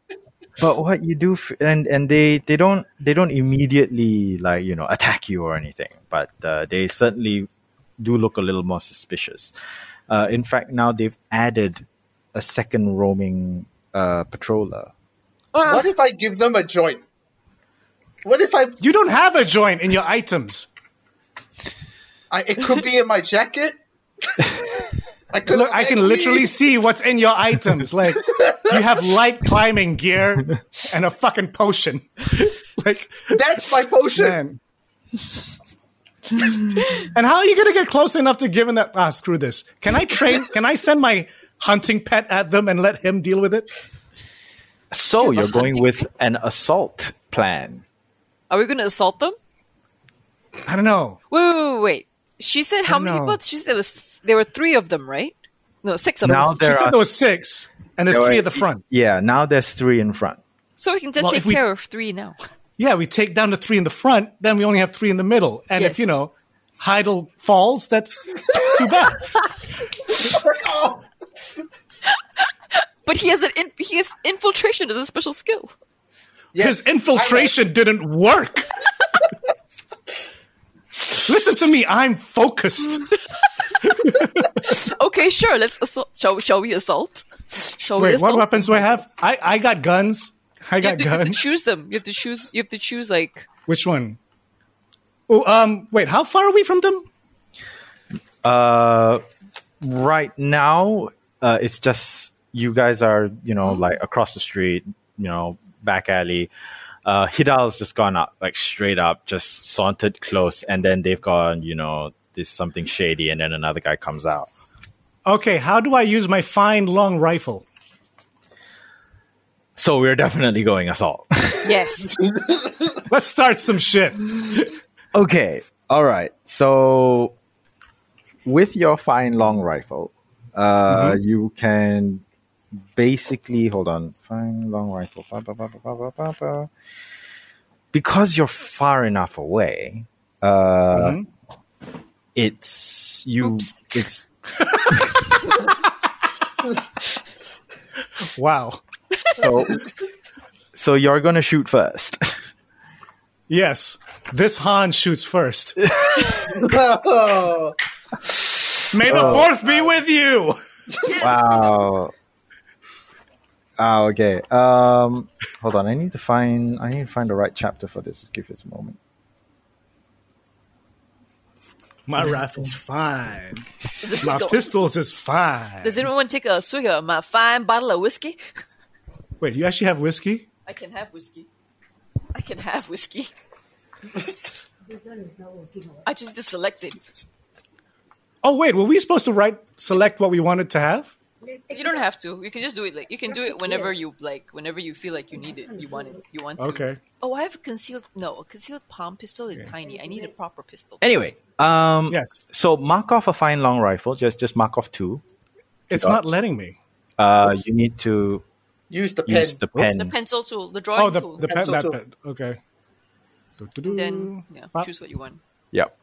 but what you do f- and and they they don't they don't immediately like you know attack you or anything but uh, they certainly do look a little more suspicious uh, in fact now they've added a second roaming uh, patroller
What if I give them a joint? What if I?
You don't have a joint in your items.
I it could be in my jacket. I could.
Look, I can literally see what's in your items. Like, you have light climbing gear and a fucking potion. Like,
That's my potion.
man. and how are you gonna get close enough to give him that? Ah, screw this. Can I train? Can I send my hunting pet at them and let him deal with it?
so you're going with an assault plan
are we going to assault them?
I don't know.
Wait, wait, wait, wait. She said how many
know.
people? She said there was there were three of them, right? No, six of them.
Now There
she
are-
said there was six, and there's three at the front.
yeah now there's three in front
So we can just
Well,
take
if we-
care of three now.
Yeah, we take down the three in the front, then we only have three in the middle. And
Yes.
if you know Heidel falls, that's too bad.
Oh,
But he has an in, he has infiltration as a special skill.
yes.
His infiltration didn't work. Listen to me, I'm focused.
Okay, sure. Let's assault. Shall, shall we assault? Shall we
Wait,
assault?
what weapons do I have? I, I got guns. I
You have,
got
to, you have to
guns.
choose them. You have to choose. You have to choose like
Which one? Oh, um, wait, how far are we from them?
Uh, right now, uh, it's just you guys are, you know, like across the street, you know, back alley. Uh, Hidal's just gone up, like straight up, just sauntered close, and then they've gone, you know, there's something shady, and then another guy comes out.
Okay, how do I use my fine long rifle?
So we're definitely going assault.
yes.
Let's start some shit.
okay, all right. So with your fine long rifle, uh, you can basically hold on. Fine long rifle. Ba, ba, ba, ba, ba, ba, ba, ba. Because you're far enough away, uh, it's you.
Oops.
It's
Wow.
so. so you're gonna shoot first.
Yes, this Han shoots first.
Oh.
May the fourth be with you.
wow. Ah, Oh. okay. Um, hold on. I need to find. I need to find the right chapter for this. Just give it a moment.
My rifle's fine. My pistols is fine.
Does anyone take a swig of my fine bottle of whiskey?
Wait, you actually have whiskey?
I can have whiskey. I can have whiskey.
This one is not working out.
I just deselected.
Oh wait, were we supposed to write select what we wanted to have?
You don't have to. You can just do it. Like you can do it whenever you like. Whenever you feel like you need it, you want it, you want to.
Okay.
Oh, I have a concealed. No, a concealed palm pistol is tiny. I need a proper pistol.
Anyway, um,
Yes.
So mark off a fine long rifle. Just just mark off two.
It's not letting me.
Uh, you need to
Use the pen.
use the pen.
the pencil tool, the drawing
Oh, the
tool.
the pet,
Pencil
that
tool.
pet. Okay.
and then yeah,
Pop.
choose what you want.
Yep.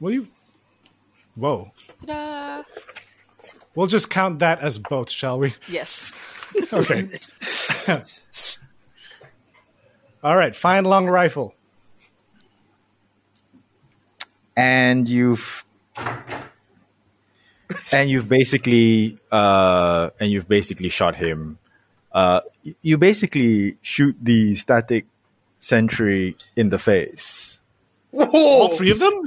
Will you? Whoa.
Ta-da!
We'll just count that as both, shall we?
Yes.
Okay. All right. Fine long rifle.
And you've and you've basically uh, and you've basically shot him. Uh, y- you basically shoot the static sentry in the face.
All
Whoa.
three of them.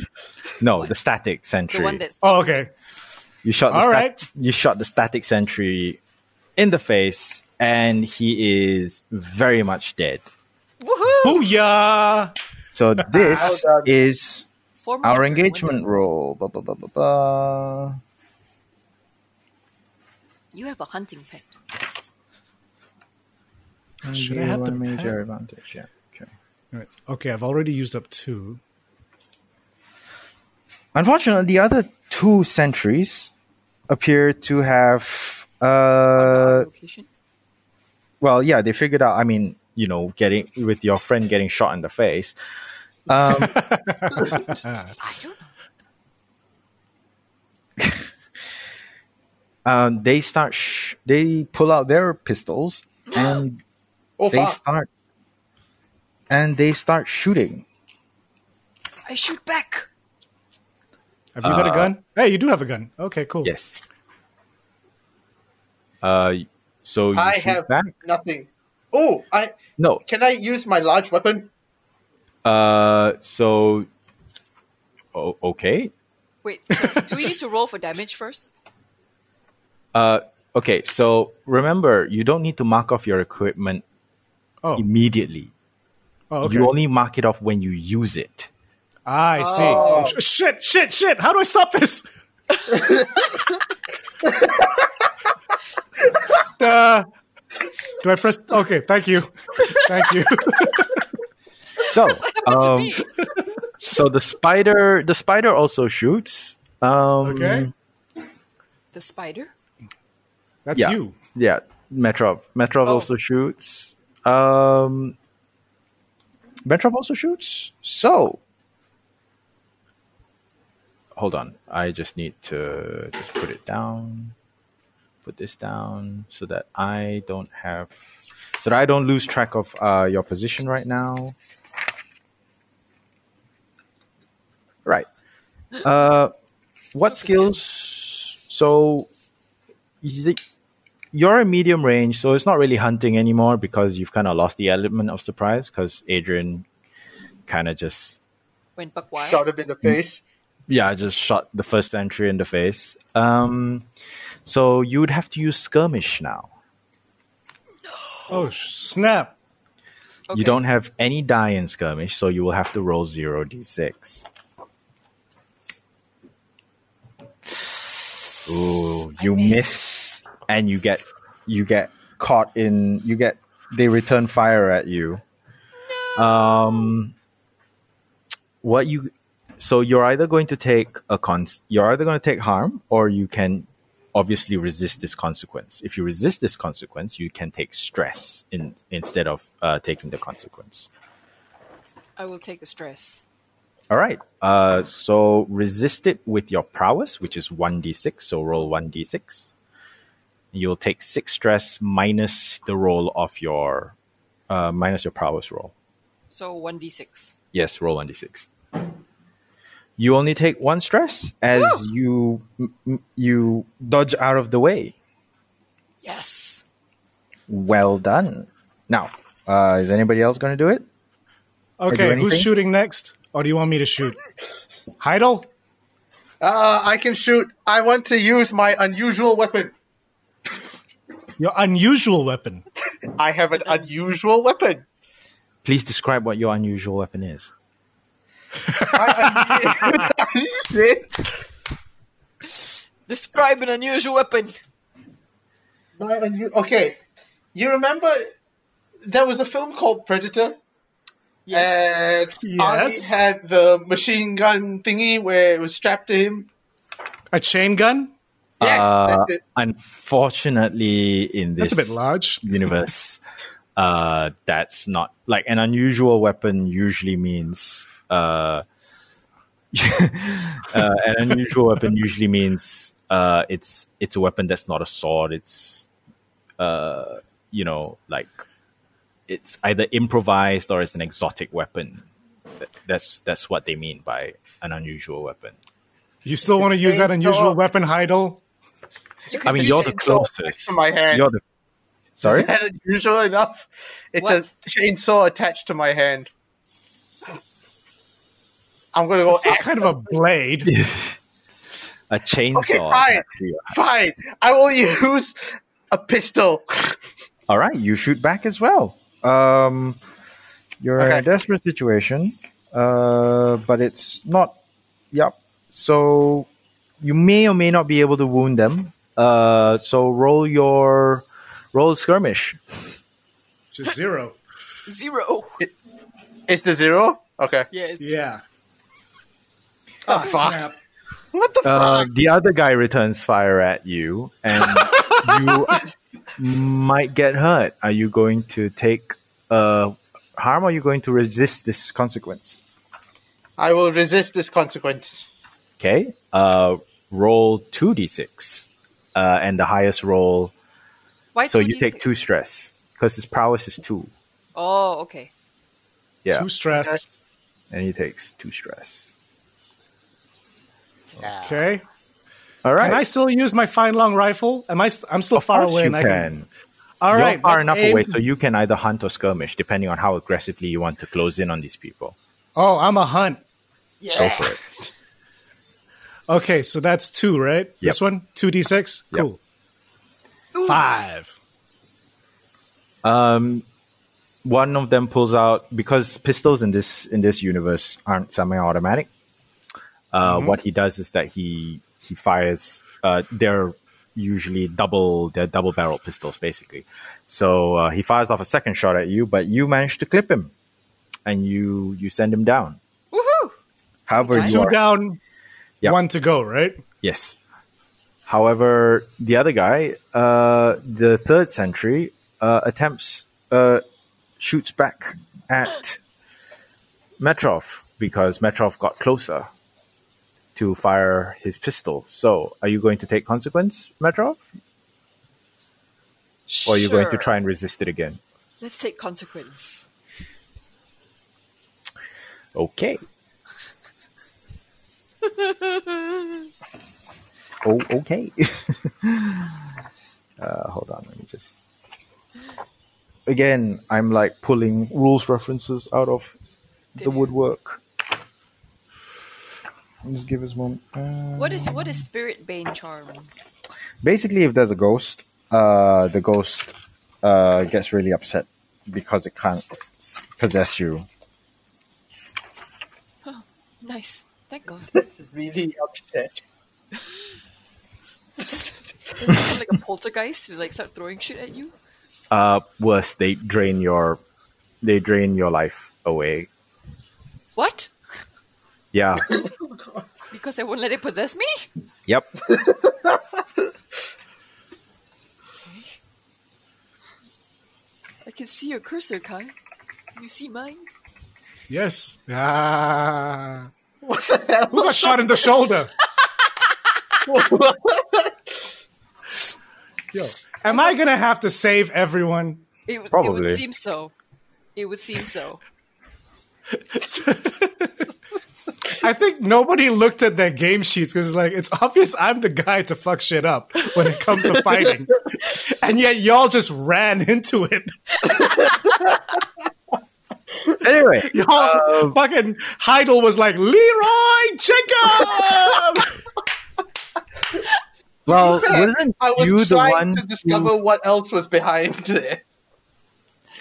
No, the static
The
sentry.
one that's
Oh, okay.
You shot the
All
stat-
right.
you shot the static sentry in the face and he is very much dead.
Woohoo!
Booyah!
So this
Well done.
is
Four
our
monitored
engagement
women.
roll. Ba, ba, ba, ba, ba.
You have a hunting pet.
Should I
You
have the
one
pet?
major advantage? Yeah. Okay.
All right. Okay, I've already used up two.
Unfortunately, the other two sentries appear to have. Uh,
Location.
well, yeah, they figured out. I mean, you know, getting with your friend getting shot in the face. Um,
I don't know.
um, they start. Sh- they pull out their pistols and
Oh,
they
fuck.
start. And they start shooting.
I shoot back.
Have you got a gun? Hey, you do have a gun. Okay, cool.
Uh, Yes. Uh, so you
I
shoot
have
back?
nothing. Oh, I
No.
can I use my large weapon?
Uh, so o- okay.
Wait, do we need to roll for damage first?
Uh, okay. So remember, you don't need to mark off your equipment
Oh,
immediately.
oh okay.
You only mark it off when you use it.
Ah, I see.
Oh.
Sh- Shit, shit, shit. How do I stop this? uh, do I press? Okay, thank you. Thank you.
So,
To
um,
me.
so the spider, the spider also shoots. Um,
Okay.
The spider?
That's
Yeah.
you.
Yeah, Metrov. Metrov
Oh.
also shoots. Um,
Bentrop also shoots. So
hold on. I just need to just put it down. Put this down so that I don't have so that I don't lose track of uh, your position right now. Right. Uh, what skills? So is it- you're a medium range, so it's not really hunting anymore because you've kind of lost the element of surprise because Adrian kind of just
Went buck wild.
Shot him in the face.
yeah, I just shot the first entry in the face. Um, so you would have to use skirmish now.
Oh, sh- snap.
Okay.
You don't have any die in skirmish, so you will have to roll zero d6. Ooh,
I
you
missed.
miss, and you get you get caught in. You get they return fire at you. Um, what you so you're either going to take a con you're either going to take harm or you can obviously resist this consequence if you resist this consequence you can take stress in instead of uh, taking the consequence
I will take a stress.
all right uh, so resist it with your prowess which is 1d6 so roll 1d6 you'll take 6 stress minus the roll of your uh, minus your prowess roll
So 1d6.
Yes, roll 1d6. You only take one stress as you m- m- you dodge out of the way.
Yes.
well done. Now, uh, is anybody else going to do it?
Okay, who's
anything?
shooting next? Or do you want me to shoot? Heidel?
Uh, I can shoot. I want to use my unusual weapon.
Your unusual weapon.
I have an unusual weapon.
Please describe what your unusual weapon is.
Describe an unusual weapon.
My unu- okay, you remember there was a film called Predator, Uh,
Yes.
and
Yes.
Arnie had the machine gun thingy where it was strapped to him.
A chain gun?
Yes,
Uh,
that's it.
unfortunately, in this
That's a bit large.
universe, uh, that's not like an unusual weapon. Usually means uh, uh, an unusual weapon usually means uh, it's it's a weapon that's not a sword. It's uh, you know like it's either improvised or it's an exotic weapon. Th- That's that's what they mean by an unusual weapon.
You still want to use that unusual weapon, Heidel?
You can
I mean,
finish
you're
it
the
in-
closest.
To my hand.
You're the sorry.
Is that unusual enough? It's
What?
a chainsaw attached to my hand. I'm gonna go.
It's not
"Ah,
kind of a blade.
A chainsaw.
fine. Fine, I will use a pistol.
All right, you shoot back as well. Um, you're in
Okay.
a desperate situation, uh, but it's not. Yep. So you may or may not be able to wound them. Uh, so roll your roll skirmish.
Just zero.
Zero.
It's the zero? Okay.
Yes.
Yeah.
Oh, fuck.
Snap.
What the
Uh, the other guy returns fire at you, and you might get hurt. Are you going to take uh, harm? Or are you going to resist this consequence?
I will resist this consequence.
Okay. Uh, roll two d6, uh, and the highest roll.
Why
So
two
you take
D6?
two stress because his prowess is two,
Oh, okay.
Yeah.
Too stressed.
and he takes two stress.
Okay.
All right.
Can I still use my fine long rifle? Am I? St- I'm still
Of
far
course
away.
you
and I
can.
All
You're
right,
far
let's
enough
aim-
away, so you can either hunt or skirmish, depending on how aggressively you want to close in on these people.
Oh, I'm a hunt.
Go
Yeah.
for it.
Okay, so that's two, right? This one, two d six.
Yep.
Cool. Five.
Um, one of them pulls out because pistols in this in this universe aren't semi-automatic. Uh, What he does is that he he fires. Uh, they're usually double they're double barrel pistols basically. So uh, he fires off a second shot at you, but you manage to clip him, and you you send him down.
Woohoo!
However,
Nice.
you
Two
are,
down.
Yep.
One to go. Right.
Yes. However, the other guy, uh, the third sentry, uh, attempts, uh, shoots back at Metrov because Metrov got closer to fire his pistol. So, are you going to take consequence, Metrov? Or are you going to
Sure.
try and resist it again?
Let's take consequence.
Okay. oh, okay. uh, hold on, let me just. Again, I'm like pulling rules references out of the
Did-
woodwork. Just give us one. Uh,
What is what is spirit bane charm?
basically, if there's a ghost, uh, the ghost uh, gets really upset because it can't s- possess you.
Nice. Thank God.
It's really upset.
Does it become like a poltergeist to like start throwing shit at you?
Uh, worse, they drain your, they drain your life away.
What?
Yeah.
Because I won't let it possess me?
Yep.
I can see your cursor, Kai. You see mine?
Yes. Ah. Who got shot in the shoulder? Yo, am I gonna have to save everyone?
It was it
Probably.
would seem so. It would seem so.
I think nobody looked at their game sheets because it's like it's obvious I'm the guy to fuck shit up when it comes to fighting, and yet y'all just ran into it.
Anyway,
Y'all fucking Heidel was like Leroy Jacob.
well,
fair,
wasn't
I was
you the
trying
one?
to discover
who,
what else was behind there.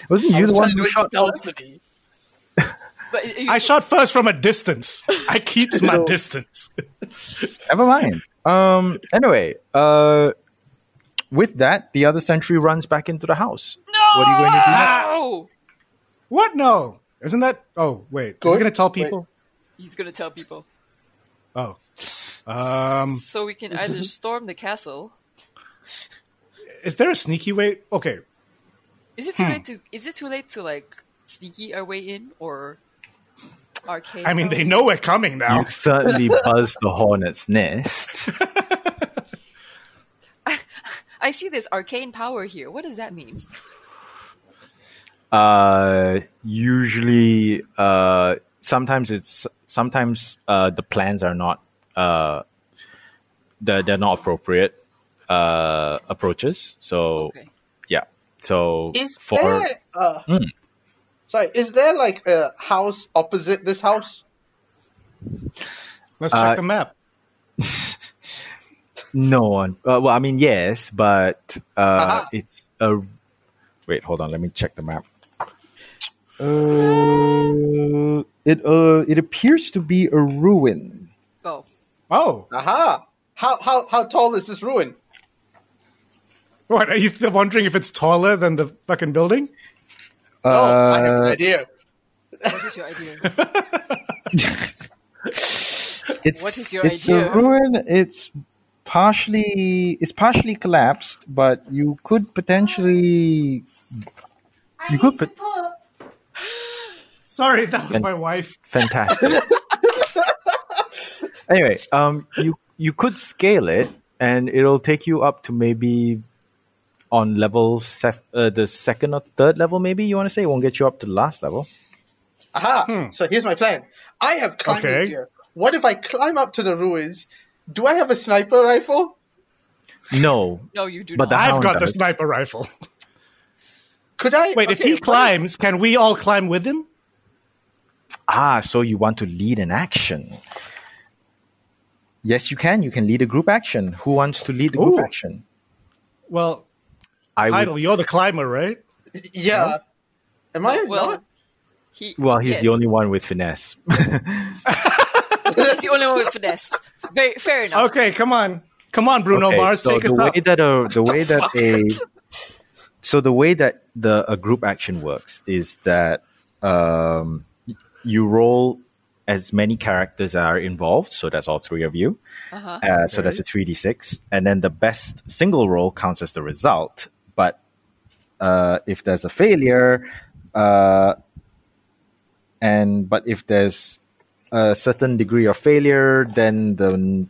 wasn't
I
you
was
the one
trying to do
who
it
shot?
stealthily.
But it, it-
I shot first from a distance. I keeps my distance.
Never mind. Um. Anyway, uh, with that, the other sentry runs back into the house.
No!
What are you going to do? next?
What? No, isn't that? Oh wait, is
Good.
he gonna tell
Wait.
people?
He's gonna tell people.
Oh, um,
So we can either storm the castle.
is there a sneaky way? Okay,
Is it too late to is it too late to like sneaky our way in or arcade?
I mean they know we're coming now.
You certainly buzzed the hornet's nest.
I see this arcane power here. What does that mean?
Uh, usually, uh, sometimes it's sometimes uh, the plans are not uh, they're, they're not appropriate uh, approaches. So
Okay.
yeah. So
Is
for
there uh,
Hmm.
sorry, is there like a house opposite this house?
Let's check
Uh,
the map.
no one, uh, well, I mean yes, but uh,
Uh-huh. Aha.
it's a Wait, hold on. Let me check the map.
Uh, it uh, it appears to be a ruin.
Oh,
Oh,
Aha! How how how tall is this ruin?
what are you th- wondering if it's taller than the fucking building?
Uh,
oh, I have an idea.
what is your idea?
It's,
What is your
it's
idea?
a ruin. It's partially it's partially collapsed, but you could potentially
You
could put-
Sorry, that was my wife.
Fantastic. anyway, um, you you could scale it, and it'll take you up to maybe on level sef- uh, the second or third level. Maybe you want to say it won't get you up to the last level.
Aha! So here's my plan. I have climbing
hmm. Okay.
gear. What if I climb up to the ruins? Do I have a sniper rifle?
No,
No, you do
But
not.
that-
I've got
Hound
the
does.
sniper rifle.
Could I?
Wait, if
okay,
he
what
climbs, can we all climb with him?
ah, so you want to lead an action?
yes, you can. You can lead a group action. Who wants to lead the group
Ooh.
action?
Well,
I
Heidel,
would,
you're the climber, right?
if- Yeah. Am I
well,
not?
he,
well, he's the
yes.
only one with finesse.
He's the only one with finesse. Very fair enough.
Okay, come on, come on, Bruno
Okay,
Mars,
so
take
the
us
way
up.
that a the way that a so the way that the a group action works is that um, y- you roll as many characters that are involved, so that's all three of you.
Uh-huh.
Uh, so that's a three d six, and then the best single roll counts as the result. But uh, if there's a failure, uh, and but if there's a certain degree of failure, then the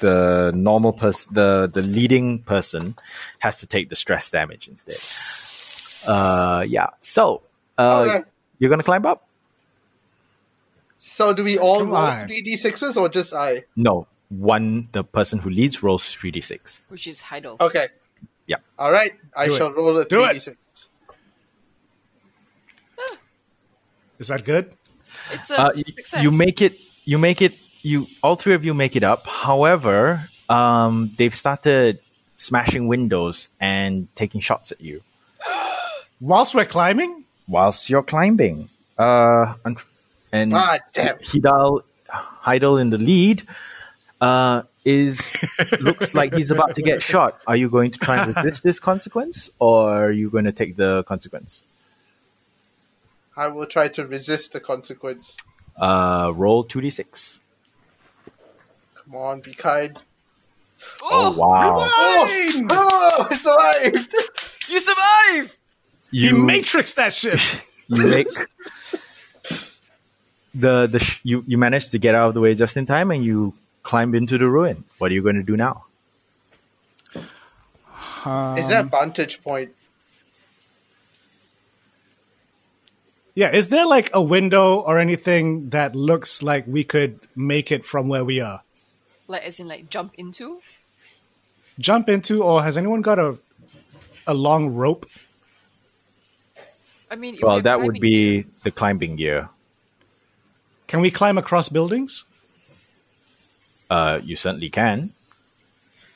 the normal person, the the leading person, has to take the stress damage instead. Uh, yeah. So uh,
Okay.
you're gonna climb up?
So do we all
Come
roll
on.
three d sixes or just I?
No, one the person who leads rolls three d six.
Which is Heidel.
Okay.
Yeah.
All right. I
Do it.
shall roll a
Do it.
three d six.
Is that good?
It's a
Uh, y-
success.
you make it you make it you all three of you make it up however um they've started smashing windows and taking shots at you
Whilst we're climbing,
whilst you're climbing uh and, and
Ah, damn.
hidal heidel in the lead uh is looks like he's about to get shot are you going to try and resist this consequence or are you going to take the consequence
I will try to resist the consequence.
uh roll 2d6
Come on, be kind.
oh,
Oh,
wow
Fine!
oh I survived.
you survive!
he
You-
matrix that shit.
you make the the sh- you you manage to get out of the way just in time, and you climb into the ruin. What are you going to do now?
Is
Um,
that vantage point?
yeah, is there like a window or anything that looks like we could make it from where we are?
Like, as in, like, jump into?
Jump into, or has anyone got a a long rope?
I mean, if
well,
you're
that would
climbing-
be the climbing gear.
Can we climb across buildings?
Uh, you certainly can.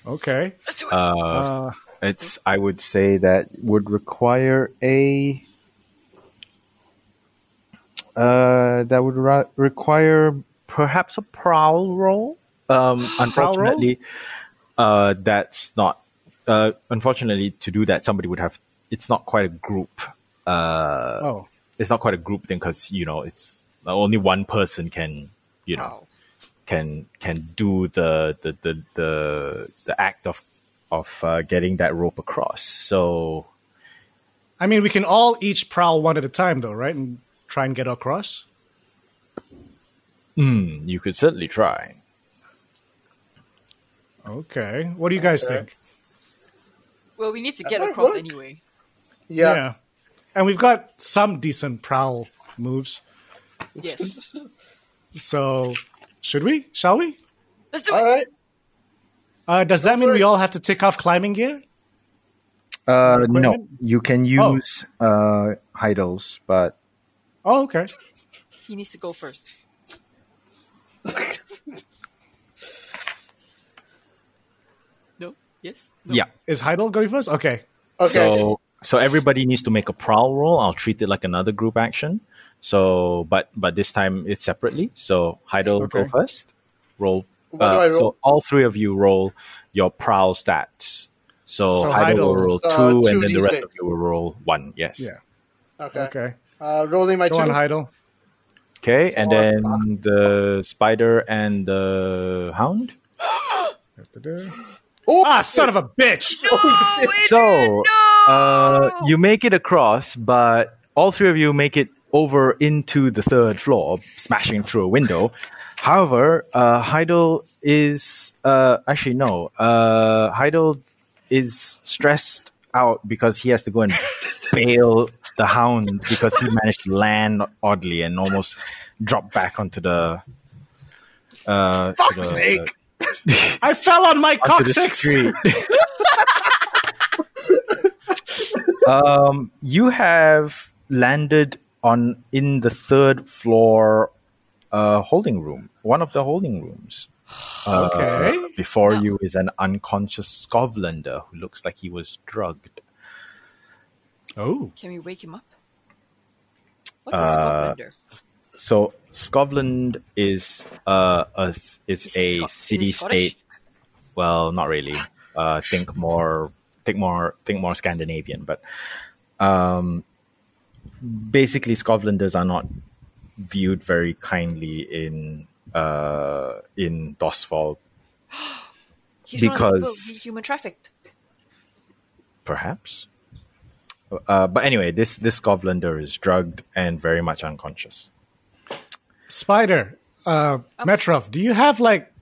Okay.
Let's do it.
Uh,
It's I would say that would require a
Uh, that would ra- require
perhaps a prowl roll. Um, unfortunately, Uh, that's not. Uh, unfortunately, to do that, somebody would have. It's not quite a group. Uh,
oh,
it's not quite a group thing because you know it's only one person can you
Wow.
know can can do the the the the, the act of of uh, getting that rope across. So
I mean, we can all each prowl one at a time, though, right? And try and get across.
mm, you could certainly try.
Okay. What do you guys
Okay.
think?
Well, we need to get
might
across
work.
anyway.
Yeah.
And we've got some decent prowl moves.
Yes.
So, should we? Shall we?
Let's do
All
it!
right.
Uh, does that mean
right.
we all have to take off climbing gear?
Uh, no,
equipment?
you can
Oh.
use uh, Heidel's, but
Oh, okay.
He needs to go first. no? Yes? No.
Yeah.
Is Heidel going first? Okay.
Okay.
So so everybody needs to make a prowl roll. I'll treat it like another group action. So, but but this time it's separately. So Heidel
Okay.
go first. Roll.
What
uh,
do I roll?
So all three of you roll your prowl stats.
So
So, Heidel will
Heidel-
roll two,
Uh,
and then the rest
2d6.
of you will roll one. Yes.
Yeah.
Okay.
Okay.
Uh, rolling my
Go on,
two.
Heidel.
Okay, and
So,
then the spider and the hound.
Ah, son of a bitch!
So uh, you make it across, but all three of you make it over into the third floor, smashing through a window. However, uh, Heidel is uh, actually no. Uh, Heidel is stressed out because he has to go and bail the hound because he managed to land oddly and almost drop back onto the. Uh, to the-
I fell on my
to the
coccyx!
street. um, you have landed on in the third floor uh, holding room, one of the holding rooms. Uh,
Okay.
Before you is an unconscious Skovlander who looks like he was drugged.
Oh.
Can we wake him up? What's a
Uh,
Scotlander?
So Scotland is uh, a is
Is
a
Sco- is
city
Scottish?
state. Well, not really. Uh, think more, think more, think more Scandinavian. But um, basically, Scotlanders are not viewed very kindly in uh, in Dosfall,
He's one of the people
because-
he human trafficked.
perhaps. Uh, but anyway, this this Scotlander is drugged and very much unconscious.
Spider, uh, Metrov, do you have like.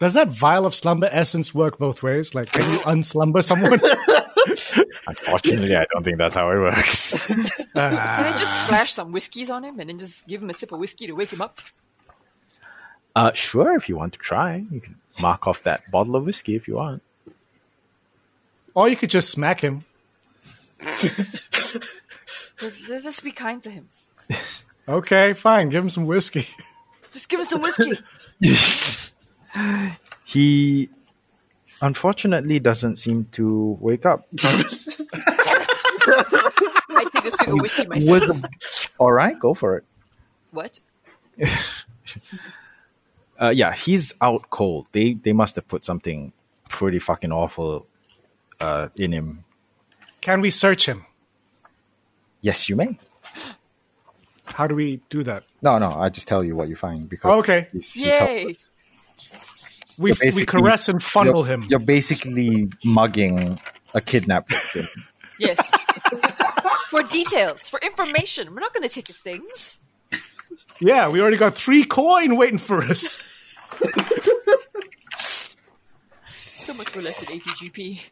Does that vial of slumber essence work both ways? Like, can you unslumber someone?
Unfortunately, I don't think that's how it works.
Can I
Ah.
just splash some whiskies on him and then just give him a sip of whiskey to wake him up?
Uh, sure, if you want to try, you can mark off that bottle of whiskey if you want.
or you could just smack him.
Let- let- Let's be kind to him.
Okay, fine. Give him some whiskey.
Just give him some whiskey.
He unfortunately doesn't seem to wake up.
I take a swig of whiskey myself.
With, all right, go for it.
What?
Uh, yeah, he's out cold. They they must have put something pretty fucking awful uh, in him.
Can we search him?
Yes, you may.
How do we do that?
No, no, I just tell you what you find because
Okay.
he's- he's helpless.
Yay!
We, we
basically-
caress and fondle
You're-
him.
You're basically mugging a kidnapped victim.
Yes. for details, for information. We're not going to take his things.
Yeah, we already got three coin waiting for us.
So much for less than ATGP.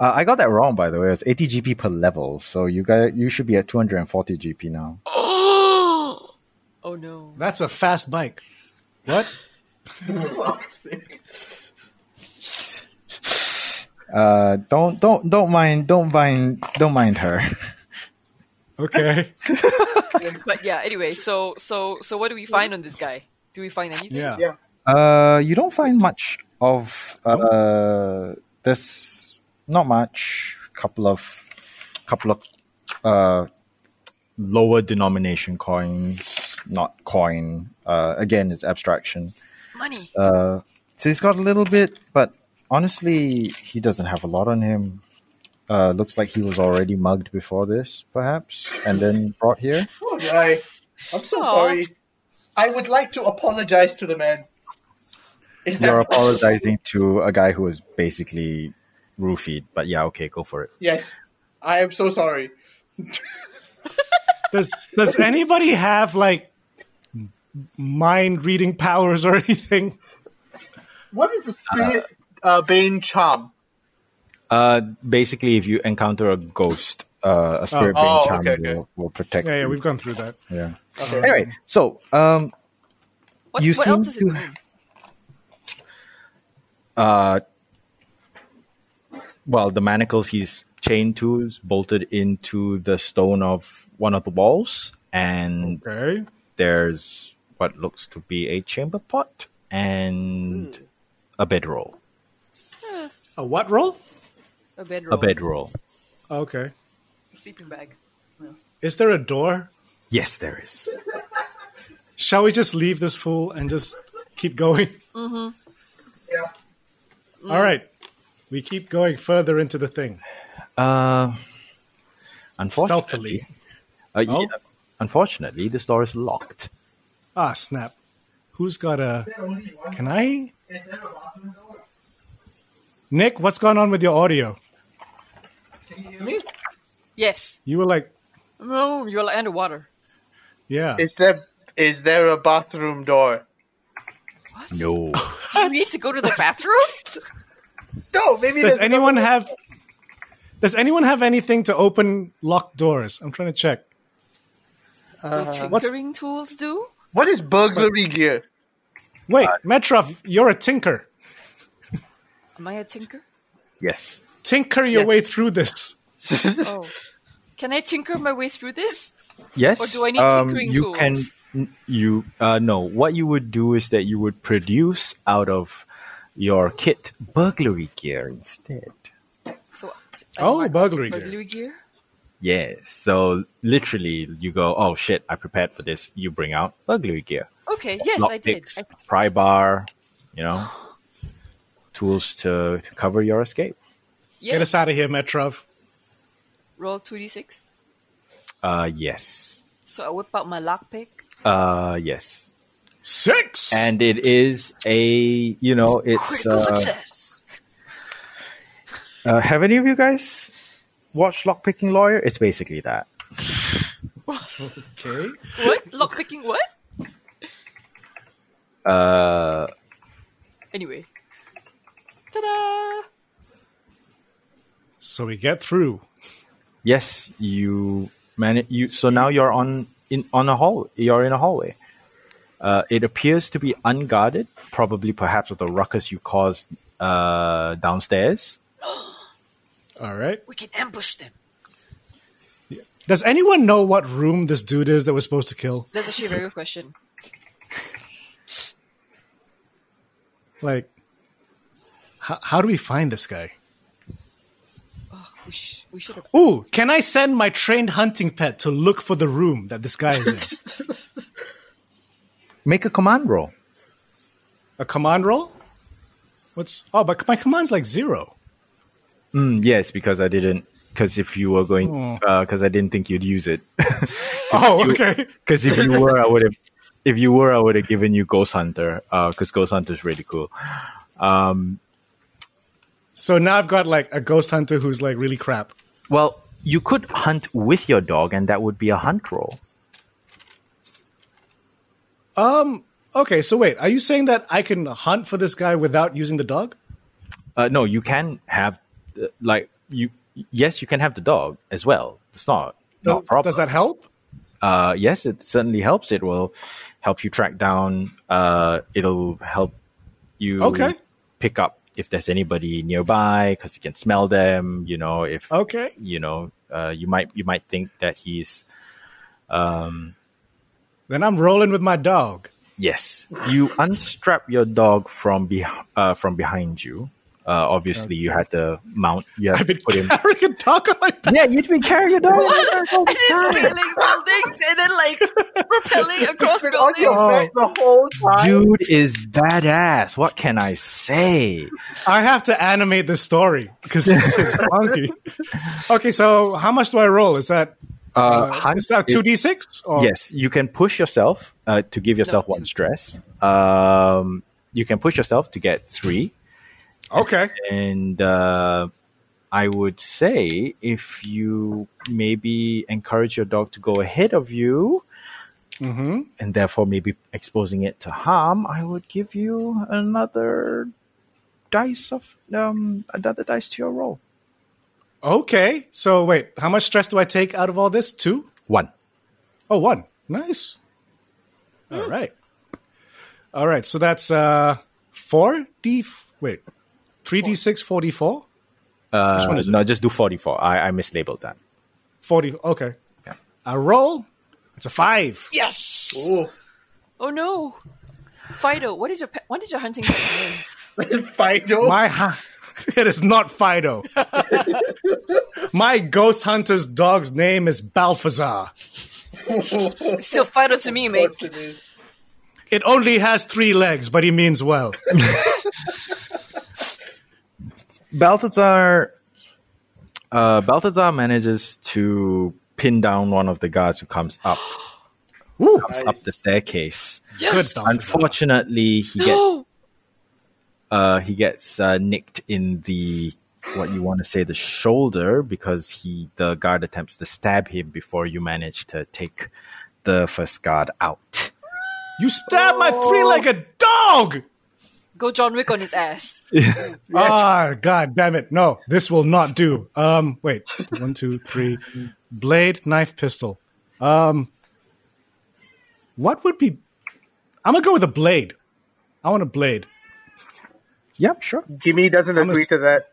Uh, I got that wrong, by the way. It's 80 GP per level, so you got you should be at 240 GP now.
Oh! Oh no.
That's a fast bike. What?
Uh, don't don't don't mind don't mind don't mind her.
Okay.
But yeah, anyway, so so so what do we find on this guy? Do we find anything?
Yeah.
Yeah.
Uh, you don't find much of uh this not much couple of couple of uh lower denomination coins, not coin. Uh, again, it's abstraction.
Money.
Uh, so he's got a little bit, but honestly, he doesn't have a lot on him. Uh, looks like he was already mugged before this, perhaps, and then brought here.
All right. I'm so
Aw.
sorry. I would like to apologize to the man. Is
You're
that
apologizing to a guy who was basically roofied, but yeah, okay, go for it.
yes? I am so sorry.
Does Does anybody have like m- mind reading powers or anything?
What is the spirit uh, bane charm?
Uh, basically, if you encounter a ghost, uh, a spirit being
Oh,
charm
okay, okay.
Will, will protect
Yeah, yeah,
you.
we've gone through that.
Yeah. Anyway, so um,
What,
you
what
seem
else is in the
to-
room?
uh, well, the manacles he's chained to is bolted into the stone of one of the walls, and
Okay.
there's what looks to be a chamber pot and a bedroll.
A what roll?
A bedroll.
A bedroll.
Okay.
sleeping bag.
Is there a door?
Yes, there is.
Shall we just leave this fool and just keep going?
Yeah.
All right. We keep going further into the thing.
Uh,
Stealthily.
unfortunately, uh,
Oh.
yeah, unfortunately, this door is locked.
Ah, snap. Who's got a. Can I? Nick, what's going on with your audio?
Me?
Yes.
You were like,
No, you're like underwater.
yeah.
Is there is there a bathroom door?
No,
Do you need to go to the bathroom?
No, maybe
Does
there's
anyone have. Does anyone have anything to open locked doors? I'm trying to check.
Will
what's-
tinkering tools do?
What is burglary gear?
Wait, Metrov, you're a tinker.
Am I a tinker?
yes,
Tinker your
Yeah.
way through this.
Oh. Can I tinker my way through this?
yes. Uh,
Or Oh, do I need tinkering
Um, you
tools?
Can, you uh, no. What you would do is that you would produce out of your kit burglary gear instead.
So
Oh,
mark-
burglary gear.
burglary gear.
Yeah. So literally, you go, oh shit, I prepared for this. You bring out burglary gear,
Okay, yes, I did.
lockpicks,
I,
pry bar, you know, tools to, to cover your escape.
yes.
Get us out of here, Metrov.
Roll 2d6.
Uh, yes.
So I whip out my lockpick.
Uh, yes.
Six!
And it is a, you know, it's.
Critical
Uh,
success!
uh, have any of you guys watched Lockpicking Lawyer? It's basically that.
okay.
What? Lockpicking what?
Uh,
Anyway. Ta-da!
So we get through.
yes, you man. You so now you're on in on a hall. You're in a hallway. Uh, it appears to be unguarded, probably perhaps with the ruckus you caused uh, downstairs.
All right.
We can ambush them.
Does anyone know what room this dude is that we're supposed to kill?
That's actually a very good question.
Like, how, how do we find this guy?
We, sh- we should have.
Ooh, can I send my trained hunting pet to look for the room that this guy is in?
Make a command roll.
A command roll? What's. Oh, but my command's like zero.
Mm, yes, because I didn't. Because if you were going, because I didn't think you'd use it.
Oh, okay.
Because if you were, I would have. If you were, I would have given you Ghost Hunter. Because Ghost Hunter is really cool.
So now I've got like a ghost hunter who's like really crap.
Well, you could hunt with your dog, and that would be a hunt roll.
Okay, so wait, are you saying that I can hunt for this guy without using the dog?
Uh, no, you can have uh, like you. Yes, you can have the dog as well. It's not not a problem.
Does that help?
uh, yes, it certainly helps. It will help you track down. Uh, it'll help you
Okay.
pick up if there's anybody nearby because you can smell them. You know if
Okay.
you know uh, you might you might think that he's
Then I'm rolling with my dog.
yes. You unstrap your dog from be- uh, from behind you. Uh, obviously, you had to mount. You had
I've
to
been
put him.
carrying a dog on my back.
Yeah, you'd be carrying your dog.
And it's scaling buildings and then like propelling across
Been on your
buildings.
back
Oh,
the whole
"Oh,
time.
Dude is badass. What can I say?
I have to animate this story because this is funky. Okay, so how much do I roll? Is that
Uh,
uh,
Hunt
is that
is-
two d six? Oh,
Yes, you can push yourself uh, to give yourself
No,
one
two.
stress. Um, you can push yourself to get three,
Okay.
and uh, I would say if you maybe encourage your dog to go ahead of you,
Mm-hmm.
and therefore maybe exposing it to harm, I would give you another dice of um, another dice to your roll.
Okay. So wait, how much stress do I take out of all this? Two?
One.
Oh, one. Nice. All right. All right. So that's uh four d. Wait, three d six forty four.
Uh,
one is it?
no, just do forty-four. I, I mislabeled that.
Forty. Okay.
Yeah.
I roll. It's a five.
Yes!
Ooh,
Oh no! Fido, what is your pet? What is your hunting pet name?
Fido.
My ha- It is not Fido. My ghost hunter's dog's name is Balthazar.
Still Fido to me, mate.
What's it is?
It only has three legs, but he means well.
Balthazar uh, Balthazar manages to pin down one of the guards who comes up
Woo,
comes up the staircase.
good Balthazar.
Unfortunately, he gets uh, he gets uh, nicked in the what you want to say the shoulder because he the guard attempts to stab him before you manage to take the first guard out.
You stabbed my three-legged dog!
Go John Wick on his ass.
Ah, god damn it. No, this will not do. Um, wait. One, two, three. Blade, knife, pistol. Um, what would be. I'm gonna go with a blade. I want a blade.
Yep, sure.
Jimmy doesn't
I'm a-
agree to that.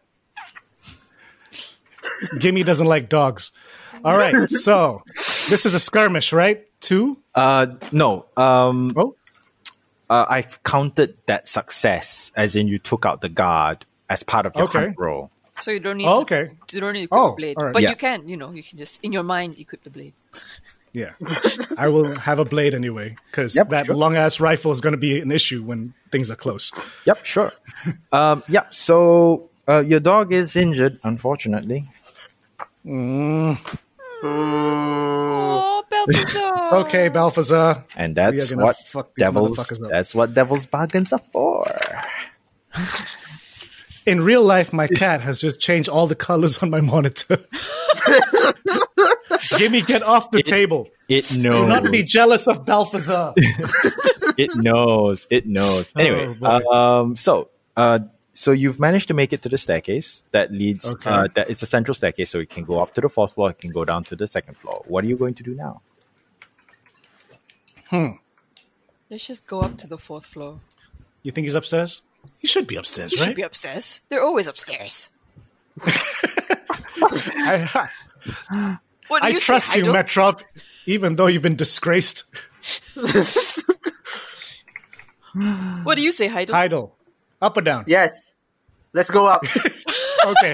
Gimme doesn't like dogs. All right, so this is a skirmish, right? Two?
Uh, no, um,
Oh,
uh, I've counted that success as in you took out the guard as part of your
Okay.
hunt roll.
So you don't need.
Oh,
to-
okay.
you don't need to equip
Oh,
the blade,
alright.
but
Yeah.
you can. You know, you can just in your mind equip the blade.
yeah. I will have a blade anyway, because
Yep,
that
sure.
long ass rifle is gonna be an issue when things are close.
Yep, sure. um, yeah, so uh, your dog is injured, unfortunately.
Oh, Balthazar.
Okay, Balthazar.
And
We are
that's
gonna
what
fuck these
devils
motherfuckers up.
that's what devil's bargains are for.
In real life, my cat has just changed all the colors on my monitor. Gimme, get off the table.
It
Do
knows.
not be jealous of Balthazar.
it knows. It knows. Anyway,
Oh, boy.
um, so uh, so you've managed to make it to the staircase that leads.
Okay.
Uh, that it's a central staircase, so it can go up to the fourth floor. It can go down to the second floor. What are you going to do now?
Let's just go up to the fourth floor.
You think he's upstairs? He should be upstairs,
You should
right?
be upstairs. They're always upstairs.
I,
What do
I
you think?
trust
I
you,
don't-
Metrop, even though you've been disgraced.
What do you say, Heidel?
Idle. Up or down?
Yes. Let's go up.
Okay.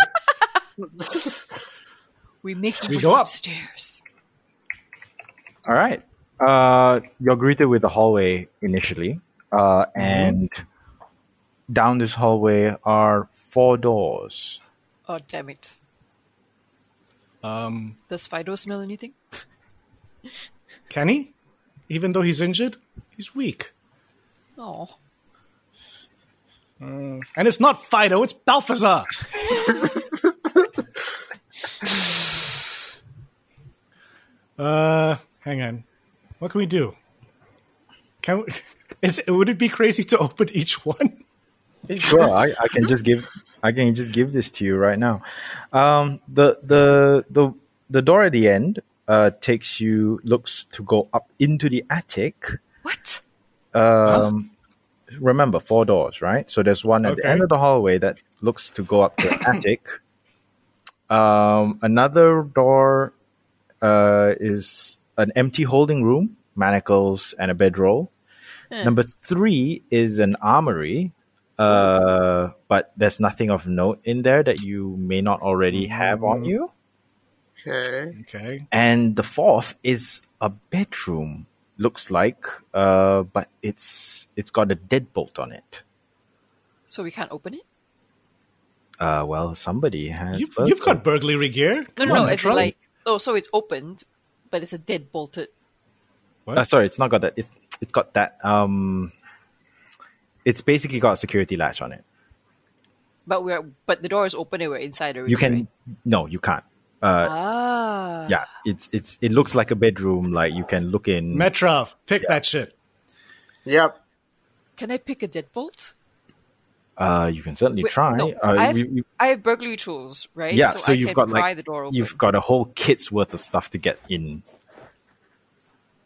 we make the
We
way
go up.
upstairs.
All right. Uh, you're greeted with the hallway initially, uh,
Mm-hmm.
and down this hallway are four doors.
Oh damn it!
Um,
Does Fido smell anything?
can he? Even though he's injured, he's weak.
Oh,
And it's not Fido, it's Balthazar. uh, hang on. What can we do? Can we, is would it be crazy to open each one?
Sure, I, I can just give I can just give this to you right now. Um, the the the the door at the end uh, takes you looks to go up into the attic.
what?
Um, Remember four doors, right? So there's one at the
Okay.
end of the hallway that looks to go up to the attic. Um, another door uh, is an empty holding room, manacles, and a bedroll. Number three is an armory, uh, but there's nothing of note in there that you may not already have on you.
okay.
Okay.
And the fourth is a bedroom, looks like, uh, but it's it's got a deadbolt on it.
So we can't open it?
Uh, well, somebody has.
You've,
burgled.
you've got burglary gear.
No,
Come
no, no.
on,
It's
Metro.
like oh, so it's opened, but it's a dead bolted.
Uh, sorry, it's not got that. It, it's got that. Um, it's basically got a security latch on it.
But we're but the door is open and we're inside already.
You
right?
can. No, you can't. Uh,
ah
yeah, it's it's it looks like a bedroom. Like you can look in.
Metrov, pick that shit.
Yep.
Can I pick a deadbolt?
Uh, you can certainly
Wait,
try.
no,
uh,
I, have,
you- you-
I have burglary tools, right?
yeah, so,
I
you've
can
got
pry
like
the door open.
you've got a whole kit's worth of stuff to get in.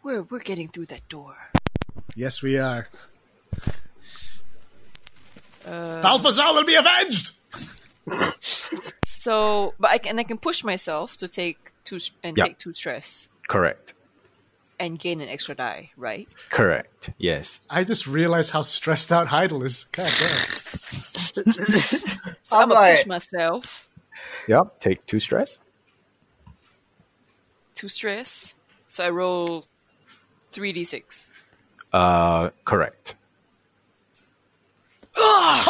We're we're getting through that door.
Yes, we are.
Uh,
Balthazar will be avenged.
So, but I can and I can push myself to take two s- and
Yeah.
take two stress
Correct.
and gain an extra die, right?
Correct. Yes.
I just realized how stressed out Heidel is. God damn.
So I'm
I'm
gonna push
like-
myself
Yep. Take two stress.
to stress. So I roll three d six.
Uh, correct.
Oh,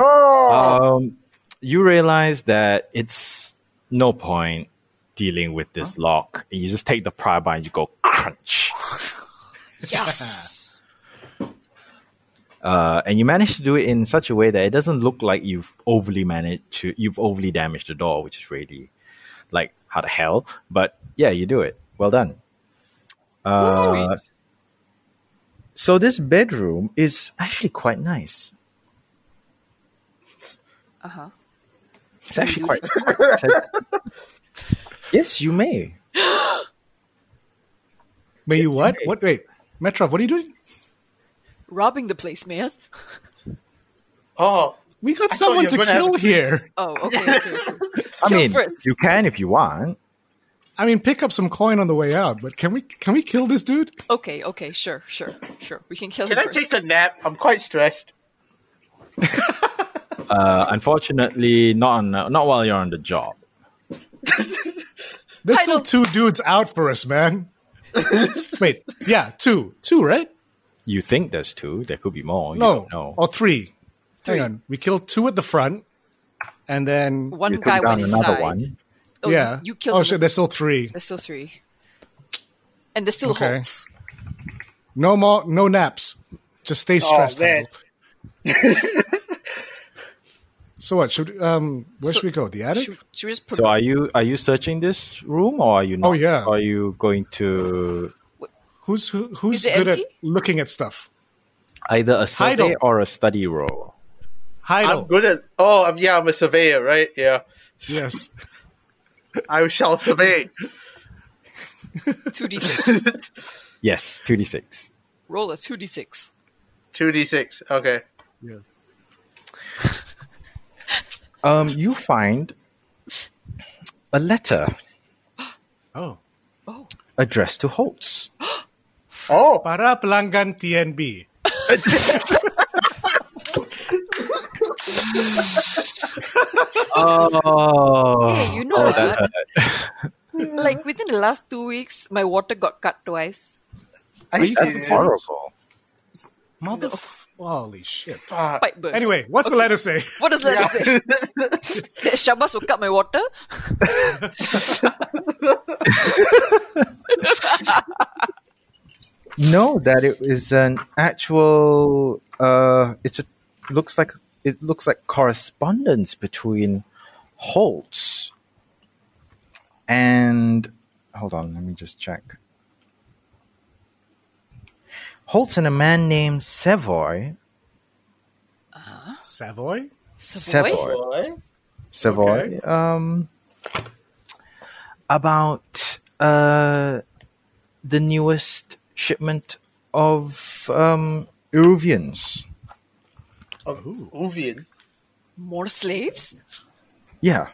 Um, you realize that it's no point dealing with this lock. You just take the pry bar and you go crunch.
Yes.
Uh, and you manage to do it in such a way that it doesn't look like you've overly managed to you've overly damaged the door, which is really like how the hell. But yeah, you do it. Well done. Uh,
Sweet.
so this bedroom is actually quite nice.
Uh huh.
It's actually quite.
Mm-hmm.
quite pleasant. yes, you may.
May you what? What? Wait, Metrov, what are you doing?
Robbing the place, man.
oh,
We got
thought you
someone
were
to
gonna have
kill
a-
here.
Oh, okay. okay, okay.
I
Kill
mean,
Oh, first.
you can if you want.
I mean, pick up some coin on the way out, but can we can we kill this dude?
okay, okay, sure, sure, sure. We can kill
can I
him first.
take a nap? I'm quite stressed.
Uh, unfortunately, not on, uh, not while you're on the job.
There's
I
still
don't-
two dudes out for us, man. Wait, yeah, two, two, right?
You think there's two? There could be more. You
No,
don't know.
or three.
Three.
Hang on, we killed two at the front, and then
One
You took
guy
down
went
another
inside.
one.
Oh,
yeah,
You killed
Oh
him.
shit, there's still three.
There's still three. And there's still
Okay.
holds.
No more, no naps. Just stay stressed.
man.
Harold. so what? Should um, where
So-
should we go? The attic?
Should, should we just put
So are you are you searching this room or are you not?
Oh, yeah.
Are you going to
Who's who, who's
Is it
good at
empty?
looking at stuff?
either a survey
Hide
or a study roll?
I'm
Heidel.
good at. Oh, I'm, yeah, I'm a surveyor, right? Yeah,
Yes.
I shall survey.
2d6?
Yes, two d six.
Roll a 2d6.
Two d six. Okay.
Um, you find a letter
Oh.
addressed to Holtz.
Oh,
Para pelanggan TNB.
Oh,
Hey, you know
oh,
that.
that-
Like within the last two weeks, my water got cut twice.
I
you
see.
serious?
horrible.
Mother. Holy shit.
Ah,
Pipe burst.
Anyway, what's the letter say?
what does that say? that Shabas will cut my water?
No, that it is an actual. Uh, it's a looks like it looks like correspondence between Holtz and hold on, let me just check. Holtz and a man named Savoy.
Savoy?
Savoy?
Savoy.
boy.
Savoy. Um, about uh, the newest shipment of um, Eruvians.
Uvian.
More slaves?
Yeah.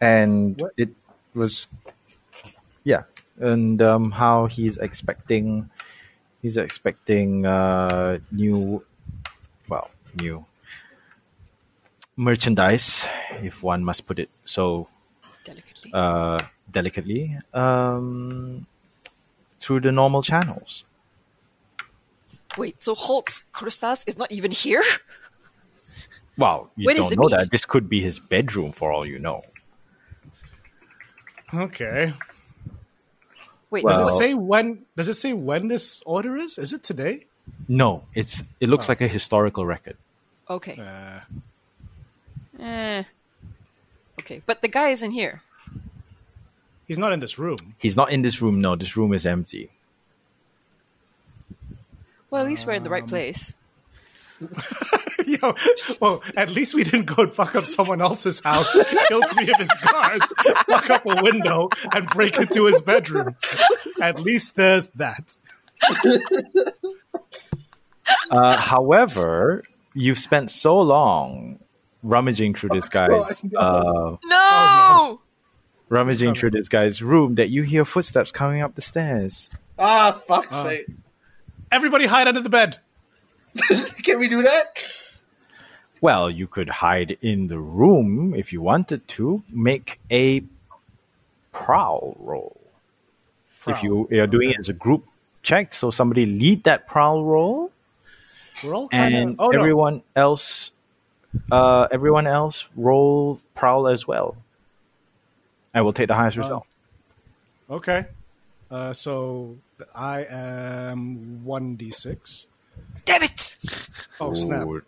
And it was yeah, and um, how he's expecting he's expecting uh, new well, new merchandise if one must put it so
Delicately.
uh, delicately um, through the normal channels.
Wait, so Holtz Krustas is not even here?
Wow, you
Where is
don't
the
know
meat?
that. This could be his bedroom for all you know.
Okay.
Wait,
Well-
Does
so
it say when does it say when this order is? Is it today?
No, it's it looks like a historical record.
okay.
Uh,
Eh. Okay, but the guy isn't here.
he's not in this room.
He's not in this room. No, this room is empty.
Well, at least we're in the right place.
Yo, well, at least we didn't go and fuck up someone else's house, kill three of his guards, fuck up a window, and break into his bedroom. At least there's that.
Uh, however, you've spent so long rummaging through this guy's uh,
No!
rummaging through this guy's room that you hear footsteps coming up the stairs.
Ah, fuck's sake.
Everybody hide under the bed.
Can we do that?
Well, you could hide in the room if you wanted to. Make a prowl roll. If you are doing it as a group check, so somebody lead that prowl roll,
We're all trying
and
to. Oh, no.
everyone else, uh, everyone else roll prowl as well. I will take the
Uh,
highest result.
Okay. Uh, so I am 1d6.
Damn it!
Oh, snap.
Ooh,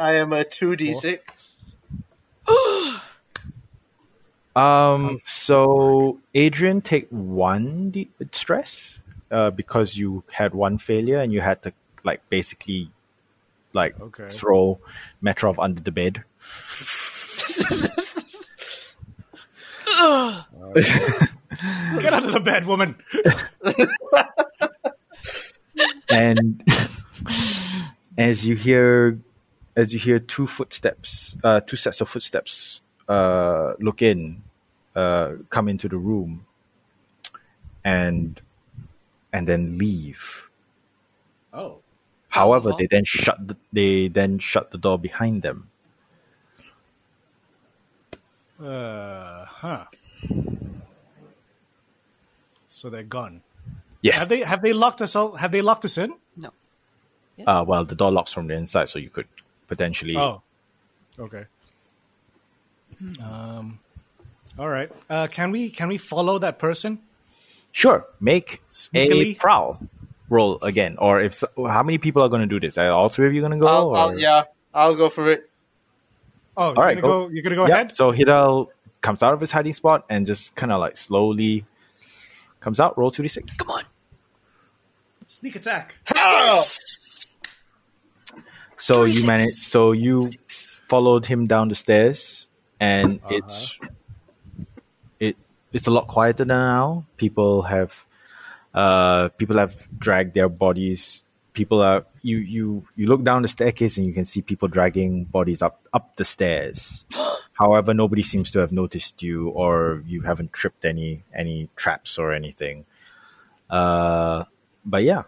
I am a 2d6.
Mm.
Um. So, Adrian, take one de- stress, uh, because you had one failure and you had to like basically, like
Okay.
throw Metrov under the bed.
Get out of the bed, woman.
and as you hear as you hear two footsteps uh, two sets of footsteps uh, look in uh, come into the room and and then leave
Oh.
however
Oh.
they then shut the, they then shut the door behind them
Uh huh. So they're gone.
yes
Have they have they locked us all? Have they locked us in?
No.
uh, well the door locks from the inside so you could potentially
Oh, okay. Um, all right. Uh, can we can we follow that person?
Sure, make a
Sneakily?
prowl roll again. Or if so, how many people are going to do this? Are all three of you going to go?
I'll,
or-
I'll, yeah, I'll go for it.
Oh, you're
right,
gonna
go.
go. You're gonna go
Yep,
ahead.
So Hidal comes out of his hiding spot and just kind of like slowly comes out. Roll two d six.
Come on.
Sneak attack.
Ow!
So you
2d6.
manage. So you followed him down the stairs, and it's it it's a lot quieter now. People have uh people have dragged their bodies. People are you you you look down the staircase and you can see people dragging bodies up up the stairs. However, nobody seems to have noticed you, or you haven't tripped any any traps or anything. Uh, but yeah,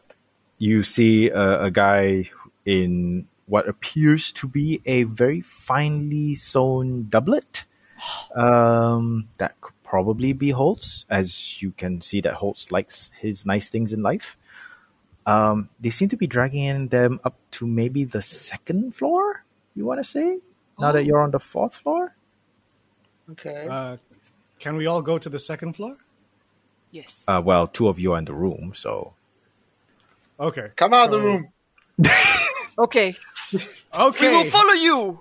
you see a, a guy in what appears to be a very finely sewn doublet. Um, that could probably be Holtz, as you can see that Holtz likes his nice things in life. Um, they seem to be dragging them up to maybe the second floor. You want to say now
Oh.
that you're on the fourth floor?
Okay.
Uh, can we all go to the second floor?
Yes.
Uh, well, two of you are in the room, so
Okay.
Come out of the
so-
room.
okay. We
Okay.
will follow you,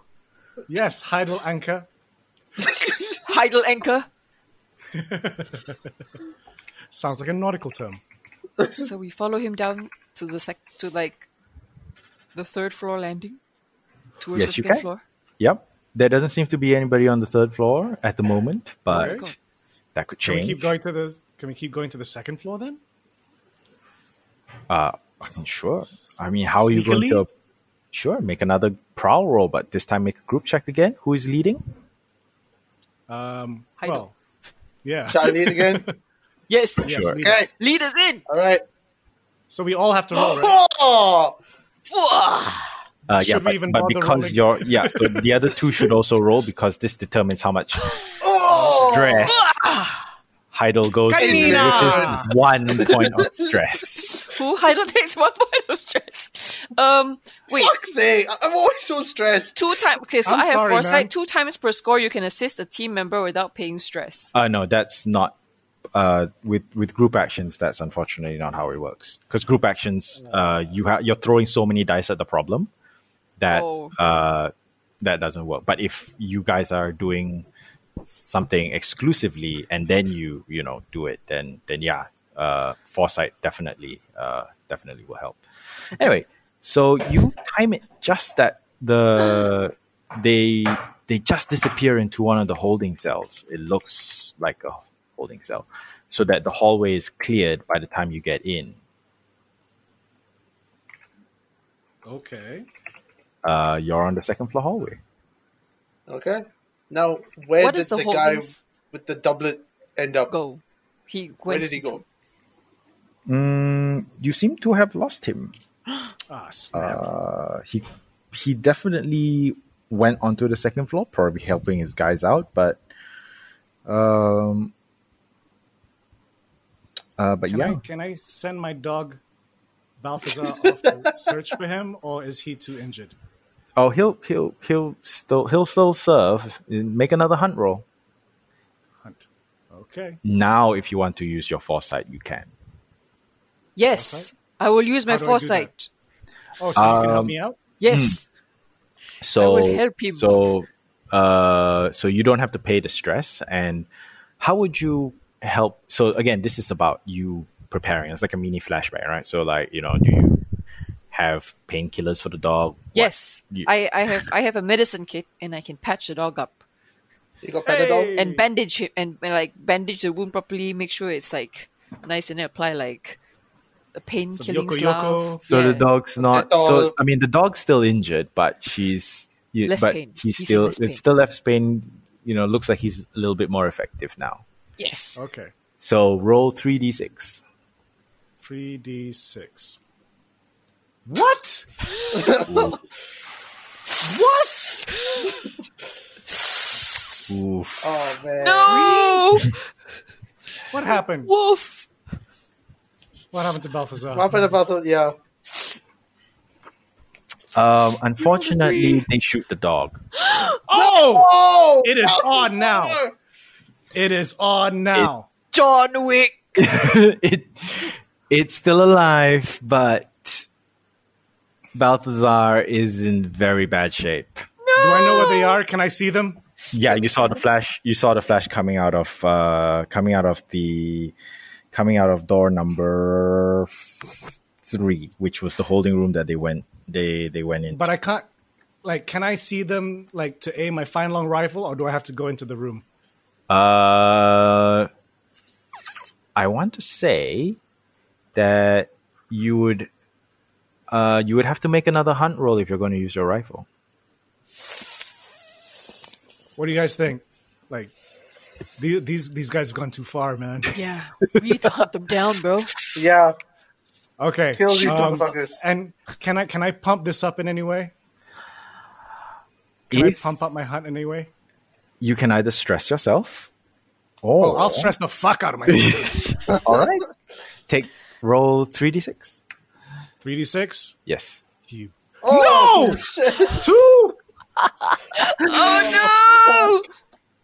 yes, Heidel Anker.
Heidel Anchor.
Sounds like a nautical term.
So we follow him down to the sec to like the third floor landing towards
Yes,
the
you
second
can.
floor.
yep. There doesn't seem to be anybody on the third floor at the moment, but
Okay. Cool.
that could
Can
change.
Oh, we keep going to the? Can we keep going to the second floor then?
Uh, I mean, sure. I mean, how are you going
Sneakily?
to? Sure, make another prowl roll, but this time make a group check again. Who is leading?
Um,
Heidel.
Well, yeah.
Shall I lead again?
Yes.
Yes,
Sure.
lead.
okay.
Lead us in.
All right.
So we all have to roll, right?
Oh!
Whoa!
Uh, yeah,
Should we
but,
even
but
bother
because
rolling?
you're yeah, so the other two should also roll because this determines how much
Oh!
stress Heidel goes through, which
Kanina!
is one point of stress.
Who Heidel takes one point of stress. Um, wait.
Fuck's sake! I- I'm always so stressed.
Two times. Okay, so
I'm
i have
sorry,
foresight.
man.
Two times per score, you can assist a team member without paying stress.
Uh, no, that's not. Uh, with with group actions, that's unfortunately not how it works. Because group actions, uh, you ha- you're throwing so many dice at the problem that
Oh.
uh, that doesn't work. But if you guys are doing something exclusively and then you you know do it, then then yeah, uh, foresight definitely uh, definitely will help. Anyway, so you time it just that the they they just disappear into one of the holding cells. It looks like a holding cell, so that the hallway is cleared by the time you get in.
Okay.
Uh, you're on the second floor hallway.
Okay. Now, where
What
did
is
the,
the
guy
holdings-
with the doublet end up?
Go. He went.
Where did he go?
Mm, you seem to have lost him.
Ah, snap.
Uh, he he definitely went onto the second floor, probably helping his guys out. But, um, uh, but
Can,
yeah,
I, can I send my dog Balthazar off to search for him, or is he too injured?
oh, he'll he'll he'll still he'll still serve. Make another hunt roll
Hunt. Okay.
now. If you want to use your foresight, you can.
Yes, I will use my
How do I do that?
foresight.
Oh, so you can help me out?
Yes.
Hmm. So
will help him.
So, uh, so you don't have to pay the stress. And how would you help? So again, this is about you preparing. It's like a mini flashback, right? So like you know, do you have painkillers for the dog? What-
Yes.
you-
I, I have I have a medicine kit and I can patch the dog up.
You got Panadol?
Hey!
and bandage it and, and, like bandage the wound properly. Make sure it's like nice and then apply like a pain
Some
killing
Yoko
salve.
Yoko.
So the
Yeah.
dog's not.
The dog-
So I mean, the dog's still injured, but she's. You,
Less
but
pain.
he's
He's in
still.
less pain.
It's still left pain. You know, looks like he's a little bit more effective now.
Yes.
Okay.
So roll three d six.
3d6. What?
Oof.
Oh, man.
No,
What happened?
Wolf.
What happened to Balthazar?
What happened about the, yeah.
Um, unfortunately, they shoot the dog.
Oh!
Oh!
It is on now.
no.
It is on now.
John Wick.
it it's still alive, but Balthazar is in very bad shape.
Do I know where they are? Can I see them?
Yeah, you saw the flash. You saw the flash coming out of uh, coming out of the coming out of door number three, which was the holding room that they went they they went in.
But I can't. Like, can I see them, like, to aim my fine long rifle, or do I have to go into the room?
Uh, I want to say that you would uh, you would have to make another hunt roll if you're going to use your rifle.
What do you guys think? Like, the- these these guys have gone too far, man.
Yeah, we need to hunt them down, bro.
Yeah.
Okay.
Kill these
um,
motherfuckers.
and can I can I pump this up in any way? Can I
If
pump up my hunt in any way?
you can either stress yourself,
Oh,
or
I'll stress the fuck out of myself.
all right, take roll three d six.
3d6.
Yes,
You
Oh,
No!
shit.
two.
Oh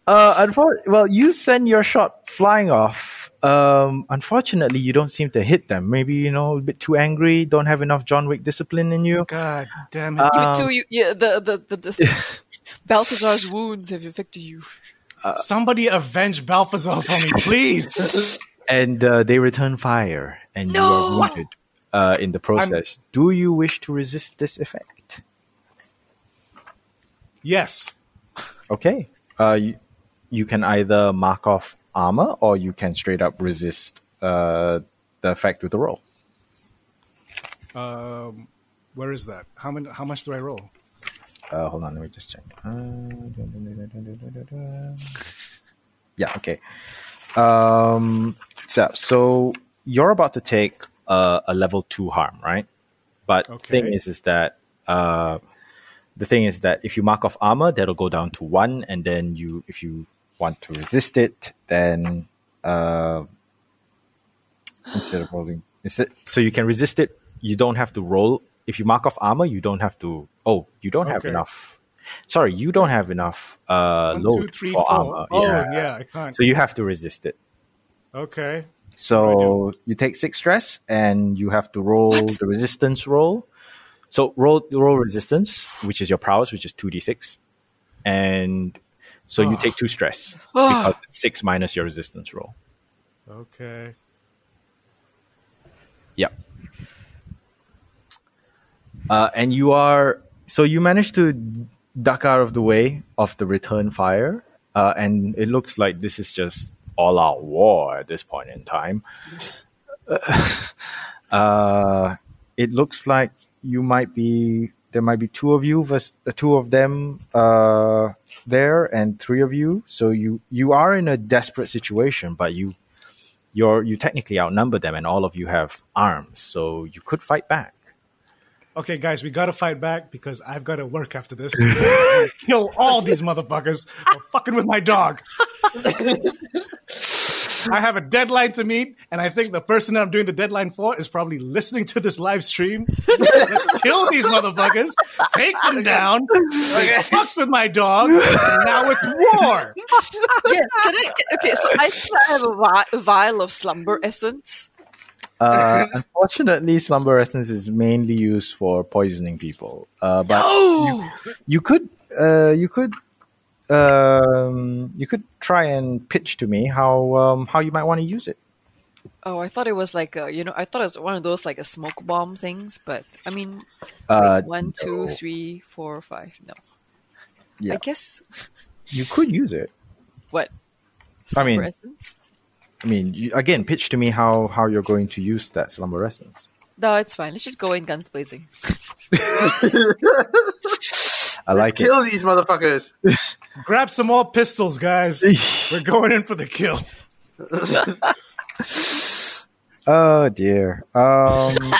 Uh, unfor- well, you send your shot flying off. Um, unfortunately, you don't seem to hit them. Maybe you know a bit too angry. Don't have enough John Wick discipline in you.
God damn it.
no!
Um,
you two, you, yeah, the the the, the Balthazar's wounds have affected you.
Uh,
Somebody avenge Balthazar for me, please.
and uh, they return fire, and you are
No!
wounded uh, in the process. Do you wish to resist this effect?
yes.
Okay, uh, you, you can either mark off armor, or you can straight up resist uh, the effect with the roll.
Um, where is that? How many? How much do I roll?
Uh, hold on, let me just check. Uh, da- da- da- da- da- da- da- da. Yeah, okay. Um, so, so you're about to take a, a level two harm, right? But
Okay.
thing is, is that uh, the thing is that if you mark off armor, that'll go down to one, and then you, if you want to resist it, then uh, instead of rolling, instead, so you can resist it. You don't have to roll. If you mark off armor, you don't have to. Oh, you don't have
Okay.
enough. Sorry, you don't have enough uh,
One,
load
two, three,
for
four.
armor.
Oh,
yeah.
yeah. I can't.
So you have to resist it.
okay.
So you take six stress and you have to roll the resistance roll. So roll roll resistance, which is your prowess, which is two d six, and so you take two stress because it's six minus your resistance roll.
Okay.
Yep. Uh, and you are so you managed to duck out of the way of the return fire, uh, and it looks like this is just all out war at this point in time. uh, it looks like you might be there might be two of you vers- uh, two of them uh, there and three of you so you you are in a desperate situation but you you're you technically outnumber them and all of you have arms so you could fight back
okay, guys, we gotta fight back because I've gotta work after this. Kill all these motherfuckers for fucking with my dog. I have a deadline to meet, and I think the person that I'm doing the deadline for is probably listening to this live stream. Let's kill these motherfuckers, take them down,
Okay.
fuck with my dog. and now it's war.
Yeah, can I, okay, so I think I have a, vi- a vial of slumber essence.
Uh,
Unfortunately, slumber essence is mainly used for poisoning people. Uh, but
Oh,
you could uh, you could um, you could try and pitch to me how um, how you might want to use it.
oh, I thought it was like a, you know, I thought it was one of those like a smoke bomb things, but I mean,
Uh,
wait, one, two,
no.
three, four, five. No,
Yeah.
I guess
You could use it.
what
I mean-
slumber essence.
I mean, you, again, pitch to me how how you're going to use that slumber essence.
No, it's fine. Let's just go in guns blazing.
I like it.
Kill these motherfuckers.
Grab some more pistols, guys. We're going in for the kill.
Oh dear.
Uh,
Um,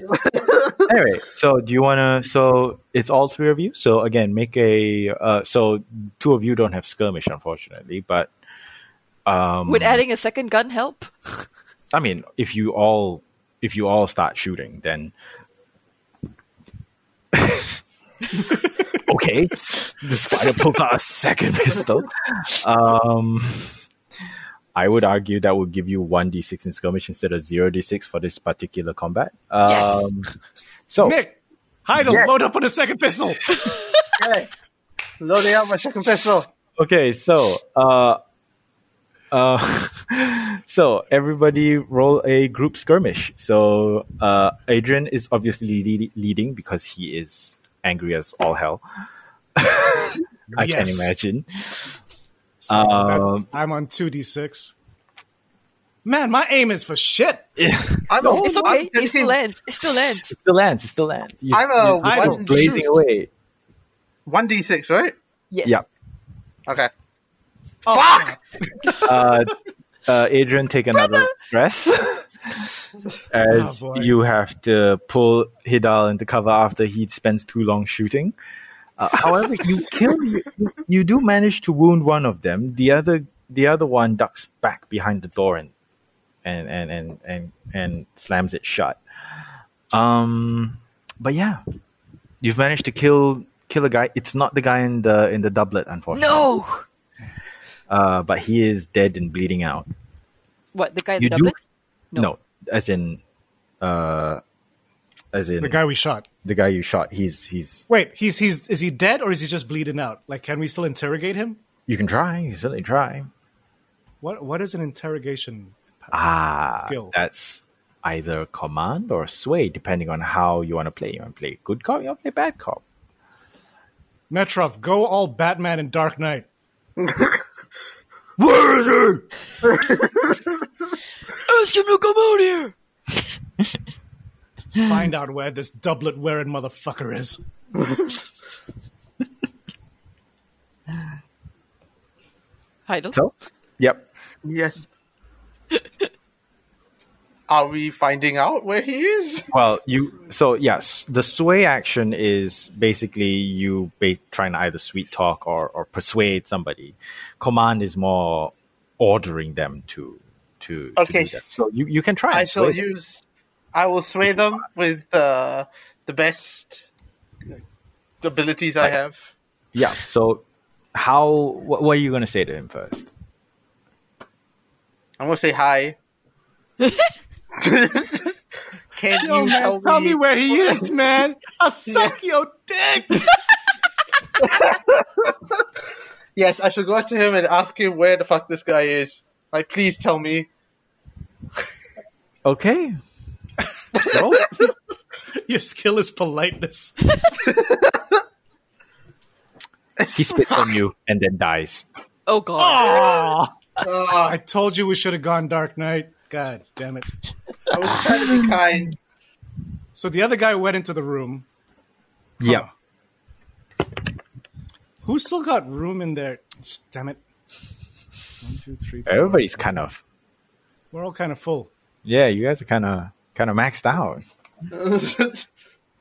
anyway, so do you want to? So it's all three of you. So again, make a. Uh, so two of you don't have skirmish, unfortunately, but um,
Would adding a second gun help?
I mean, if you all if you all start shooting, then okay, the spider pulls out a second pistol. Um, I would argue that would give you one d six in skirmish instead of zero d six for this particular combat. Um,
Yes.
So
Nick, Heidel,
Yes.
load up on a second pistol.
Okay. Loading up my second pistol.
okay, so uh, uh, so everybody roll a group skirmish. So uh, Adrian is obviously lead- leading because he is angry as all hell. I can
Yes.
imagine.
So that's-
Um,
I'm on 2d6. Man, my aim is for shit.
I'm a,
It's
I'm
okay. It still
getting-
lands. It still lands.
Still lands. It still lands. You,
I'm a
you-
I
one
don't
blazing
shoot.
away.
One d six, right?
Yes.
Yeah.
Okay.
Oh,
Fuck!
Uh, uh, Adrian, take another stress. As
Oh, boy.
you have to pull Hidal into cover after he spends too long shooting.
uh, however, you kill you, you do manage to wound one of them. The other the other one ducks back behind the door and
and and and and and slams it shut. Um, but yeah, you've managed to kill kill a guy. It's not the guy in the in the doublet, unfortunately.
No.
uh, but he is dead and bleeding out.
What the guy in
You
the
do-
doublet?
No, as in, uh, as in
the guy we shot.
the guy you shot. He's he's.
Wait, he's he's is he dead or is he just bleeding out? Like, can we still interrogate him?
You can try. You can certainly try.
What what is an interrogation?
Ah,
Skill.
that's either command or sway, depending on how you want to play. You want to play good cop. You want to play bad cop.
Metrov, go all Batman and Dark Knight.
Ask him to come out here.
Find out where this doublet wearing motherfucker is.
Heidel.
So, yep.
Yes. Are we finding out where he is?
Well, you so yes, the sway action is basically you ba- trying to either sweet talk or, or persuade somebody. Command is more ordering them to to,
Okay.
to do that. So you, you can try.
I
and sway
shall
them.
use. I will sway them with uh, the best abilities I have.
Yeah. So how what, what are you going to say to him first?
I'm gonna say hi. Can
Yo,
you
man,
help
tell
me?
me where he is, man. I suck your dick.
Yes, I shall go up to him and ask him where the fuck this guy is. Like, please tell me.
Okay. Roll.
Your skill is politeness.
he spits on you and then dies.
Oh god.
Aw,
Ah,
I told you we should have gone Dark Knight. God damn it.
I was trying to be kind.
So the other guy went into the room.
Yeah.
Who still got room in there? Sh- Damn it. One, two, three, four.
Everybody's kind of
We're all kind of full.
yeah. You guys are kind of kind of maxed out.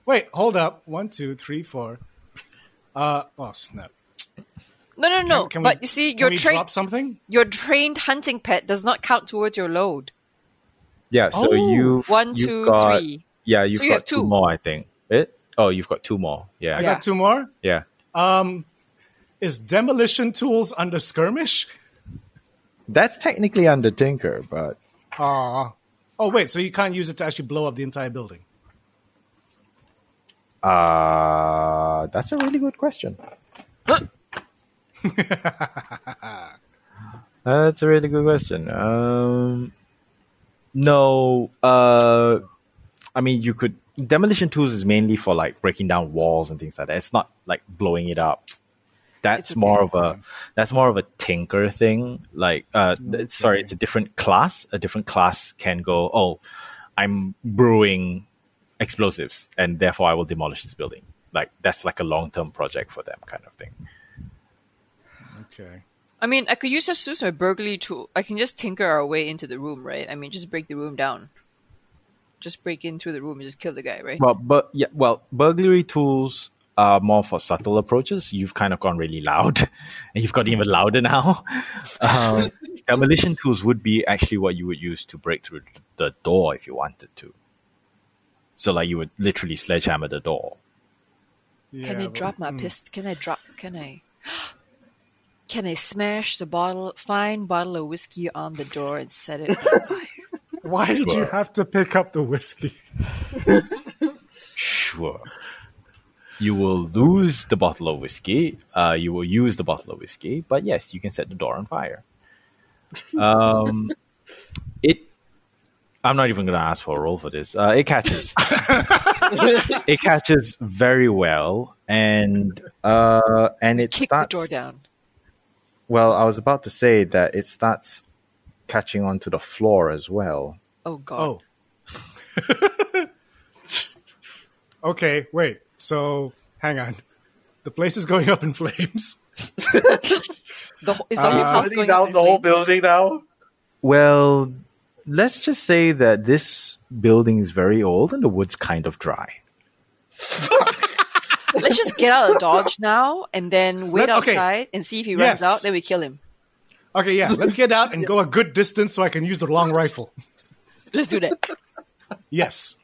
Wait, hold up. One, two, three, four. Uh, oh snap!
No, no, no.
Can we-
but you see,
can
your
we
trained
drop something?
your trained hunting pet does not count towards your load.
Yeah, so
Oh.
you
One,
you've
two,
got,
three.
Yeah, you've
So you
got
have
two.
two.
more, I think. It? Oh, you've got two more. Yeah,
I
Yeah.
got two more.
yeah.
Is demolition tools under skirmish?
That's technically under Tinker, but
Aw. Oh wait, so you can't use it to actually blow up the entire building?
uh that's a really good question. that's a really good question. Um, no, uh, I mean you could demolition tools is mainly for like breaking down walls and things like that. It's not like blowing it up. That's
It's a
more of a that's more of a tinker thing. Like, uh, th- sorry, it's a different class. A different class can go. Oh, I'm brewing explosives, and therefore I will demolish this building. Like that's like a long term project for them, kind of thing.
Okay.
I mean, I could use just use my burglary tool. I can just tinker our way into the room, right? I mean, just break the room down. Just break in through the room and just kill the guy, right?
Well, but yeah, well, burglary tools are more for subtle approaches. You've kind of gone really loud, and you've got even louder now. Um, demolition tools would be actually what you would use to break through the door if you wanted to. So, like, you would literally sledgehammer the door.
can I drop
mm.
my pist? Can I drop? Can I? Can I smash the bottle, fine bottle of whiskey on the door and set it on fire?
Why did you have to pick up the whiskey?
Sure. You will lose the bottle of whiskey. Uh, you will use the bottle of whiskey, but yes, you can set the door on fire. Um, it. I'm not even going to ask for a roll for this. Uh, it catches. it catches very well, and uh, and it
Kick
starts.
the door down.
Well, I was about to say that it starts catching onto the floor as well.
Oh God!
Oh. okay, wait. So hang on. The place is going up in flames.
The, wh- is the
Uh,
Uh,
whole house
Burning
going
down
up
the
in
whole
flames?
building now.
Well, let's just say that this building is very old and the wood's kind of dry.
Let's just get out of dodge now and then wait
Let- okay.
outside and see if he
Yes.
runs out. Then we kill him.
Okay, yeah, let's get out and go a good distance so I can use the long rifle.
Let's do that.
Yes.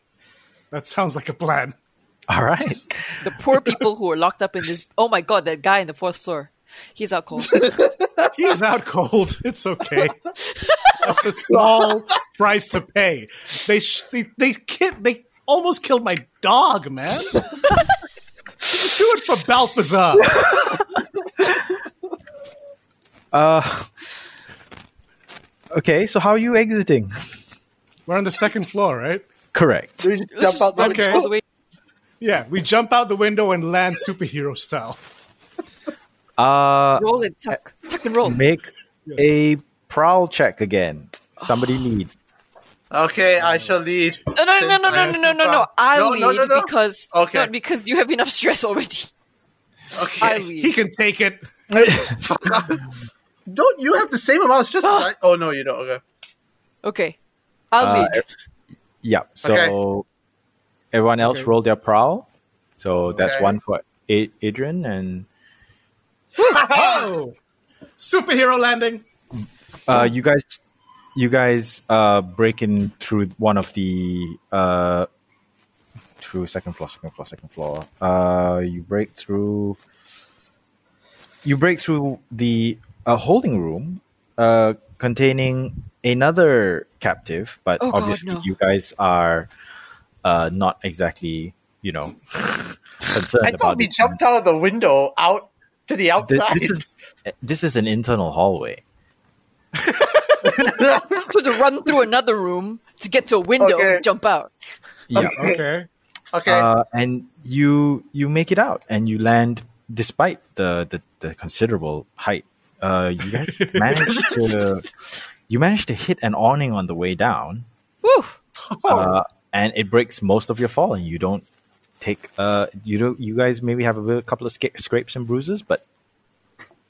That sounds like a plan.
All right.
The poor people who are locked up in this. Oh my God! That guy in the fourth floor. He's out cold.
He's out cold. It's okay. That's a small price to pay. They sh- they they ki- they almost killed my dog, man. Do it for Balthazar.
uh, Okay, so how are you exiting?
We're on the second floor, right?
Correct.
We jump out the
Okay.
All the way.
Yeah, we jump out the window and land superhero style.
Uh
Roll and tuck, tuck and roll.
make a prowl check again. Somebody lead.
Okay, I shall lead.
No, no, no, no, no, no, no, no, no. I
No,
lead
no, no, no.
because
Okay.
not because you have enough stress already. I
Okay.
lead.
He can take it.
Don't you have the same amount of stress? as I- oh no, you don't. Okay.
Okay, I'll
Uh,
lead.
Yeah. So
Okay.
everyone else roll their prowl. So that's
Okay.
one for A- Adrian and
Oh, superhero landing.
uh, you guys you guys uh breaking through one of the uh through second floor second floor second floor uh you break through you break through the uh, holding room uh containing another captive but
Oh, God,
obviously
no.
you guys are uh not exactly you know concerned
I
about
thought we
the-
jumped out of the window out to the
Th-
outside.
this is this is an internal hallway
To the run through another room to get to a window
Okay.
and jump out.
yeah
Okay.
okay.
uh, and you you make it out and you land despite the the, the considerable height uh, you guys manage to you manage to hit an awning on the way down
Woo!
Oh,
uh, and it breaks most of your fall and you don't take uh you do you guys maybe have a bit- couple of sca- scrapes and bruises but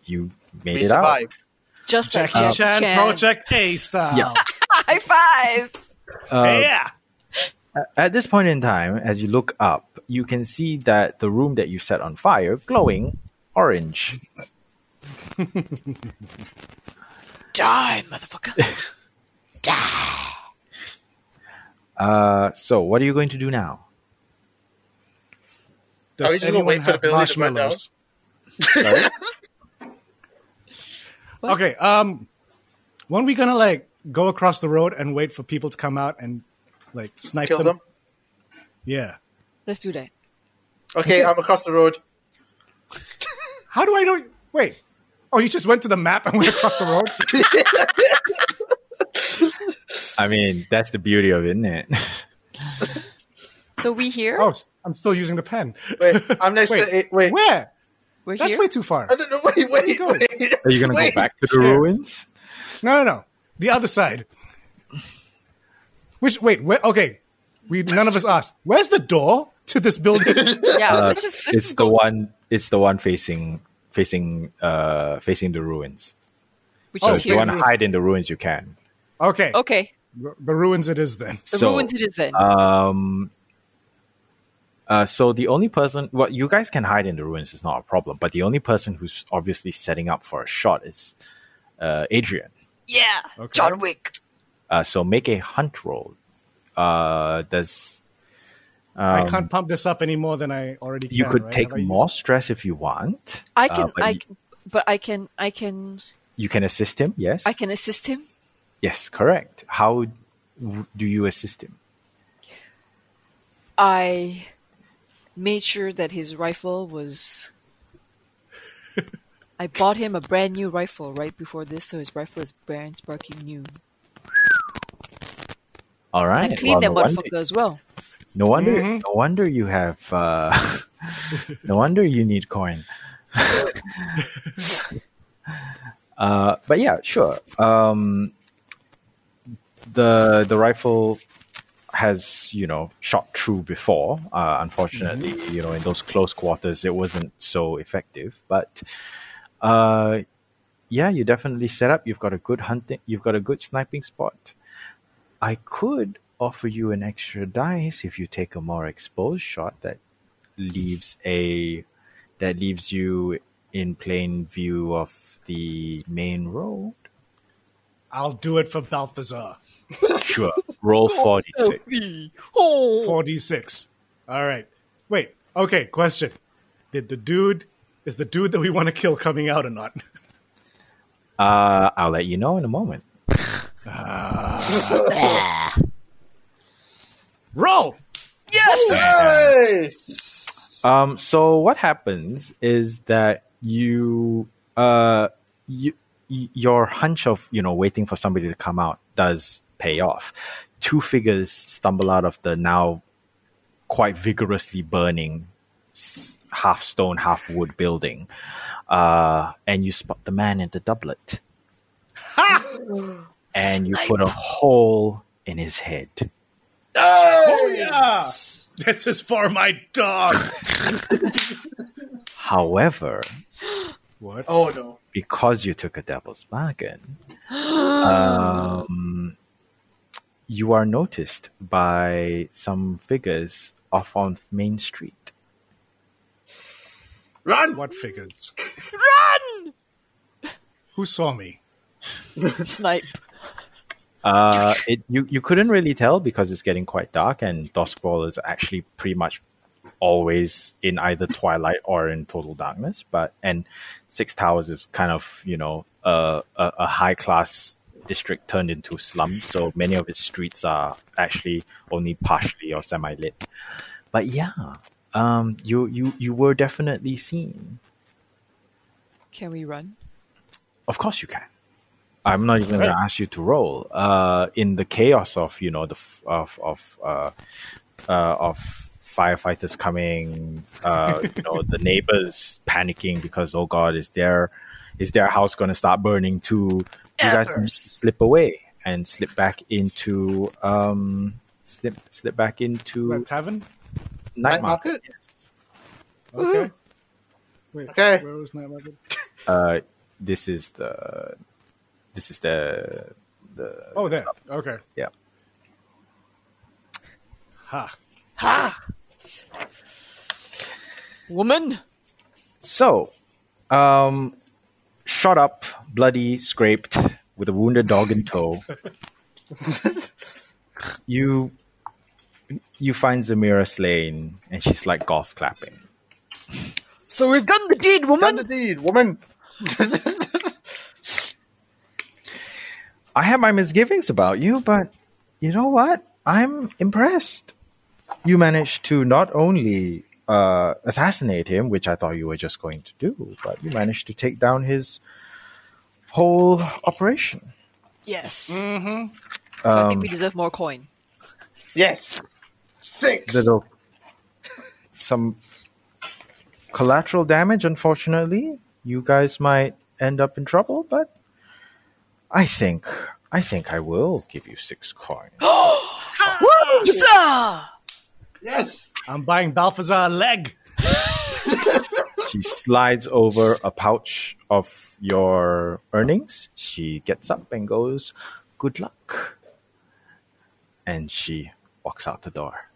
you made
We
it out
survived.
Just
Jackie
like Jackie
Chan
Chan.
Project A style.
Yeah.
High five!
Uh,
yeah.
At this point in time, as you look up, you can see that the room that you set on fire glowing orange.
Die, motherfucker. Die.
Uh, so, what are you going to do now?
Are
Does
we just gonna
anyone
wait for the
have
building to burn down?
marshmallows?
Sorry?
What?
Okay. Um, when we gonna like go across the road and wait for people to come out and like snipe
Kill them.
Yeah.
Let's do that.
Okay, I'm across the road.
How do I know? Wait. Oh, you just went to the map and went across the road.
I mean, that's the beauty of it, isn't it?
So we here?
Oh, s- I'm still using the pen.
Wait, I'm next
Wait,
to it. Wait,
Where?
We're
That's
here.
way too far.
I don't know. Wait, wait,
Where are you going?
wait.
Are you going to go
Wait.
back to the ruins?
No, no, no. The other side. Which? Wait. Where, okay. We none of us asked. Where's the door to this building?
yeah,
Uh,
let's just, let's
it's
just
the
go.
one. It's the one facing facing uh facing the ruins.
Which
So
is
if you
here.
want to hide in the ruins, you can.
Okay.
Okay.
The ruins. It is then.
The
so,
ruins it is then.
Uh, so the only person, well, you guys can hide in the ruins is not a problem, but the only person who's obviously setting up for a shot is uh, Adrian.
yeah.
Okay.
John Wick.
Uh, so make a hunt roll. Uh, does
I can't pump this up any more than I already.
Um, you
can,
could
right?
take
Have I used-
more stress if you want.
I
Uh,
can
but
I
you,
c- but I can I can
you can assist him. Yes.
I can assist him.
Yes, correct. How w- do you assist him?
I made sure that his rifle was. I bought him a brand new rifle right before this, so his rifle is brand sparking new.
All right.
I cleaned that
well, no
motherfucker
wonder,
as well.
no wonder, no wonder you have. Uh, no wonder you need coin. uh, but yeah, sure. Um, the the rifle has you know shot through before. Uh, unfortunately, you know in those close quarters, it wasn't so effective. But uh, yeah, you definitely set up. You've got a good hunting. You've got a good sniping spot. I could offer you an extra dice if you take a more exposed shot that leaves a that leaves you in plain view of the main road.
I'll do it for Balthazar.
Sure. Roll forty six.
Oh,
46. All right. Wait. Okay, question. Did the dude is the dude that we want to kill coming out or not?
Uh, I'll let you know in a moment.
Roll.
Hey!
Um, so what happens is that you, uh, you, y- your hunch of you know waiting for somebody to come out does pay off. Two figures stumble out of the now quite vigorously burning s- half stone, half wood building, uh, and you spot the man in the doublet, and you put a hole in his head.
Yeah. This is for my dog.
However,
What?
Oh no.
because you took a devil's bargain, um, you are noticed by some figures off on Main Street.
Run!
What figures? Run! Who saw me?
snipe.
Uh, it, you, you couldn't really tell because it's getting quite dark, and Duskfall is actually pretty much always in either twilight or in total darkness. But and Six Towers is kind of you know a, a, a high class district turned into slum, so many of its streets are actually only partially or semi lit. But yeah, um, you you you were definitely seen.
Can we run?
Of course you can. I'm not even going to ask you to roll. Uh, in the chaos of you know the f- of of uh, uh, of firefighters coming, uh, you know the neighbors panicking because oh god, is their is their house going to start burning too? You guys can
Embers.
slip away and slip back into um slip slip back into
That tavern?
night market.
Okay. Wait,
Okay.
Where was Night Market?
Uh, this is the this is the
Oh, there. Okay.
yeah.
Ha.
Ha! Woman!
So, um, shot up, bloody, scraped, with a wounded dog in tow. you you find Zamira slain, and she's like golf clapping.
So we've done the deed,
Done
woman!
the deed, woman.
I have my misgivings about you, but you know what? I'm impressed. You managed to not only uh, assassinate him, which I thought you were just going to do, but you managed to take down his whole operation.
Yes. Mm-hmm. So I
Um,
think we deserve more coin.
Yes. Six.
Little some collateral damage, unfortunately. You guys might end up in trouble, but I think I think I will give you six coins.
Yusa!
Yes.
I'm buying Balthazar a leg.
She slides over a pouch of your earnings. She gets up and goes, Good luck. And she walks out the door.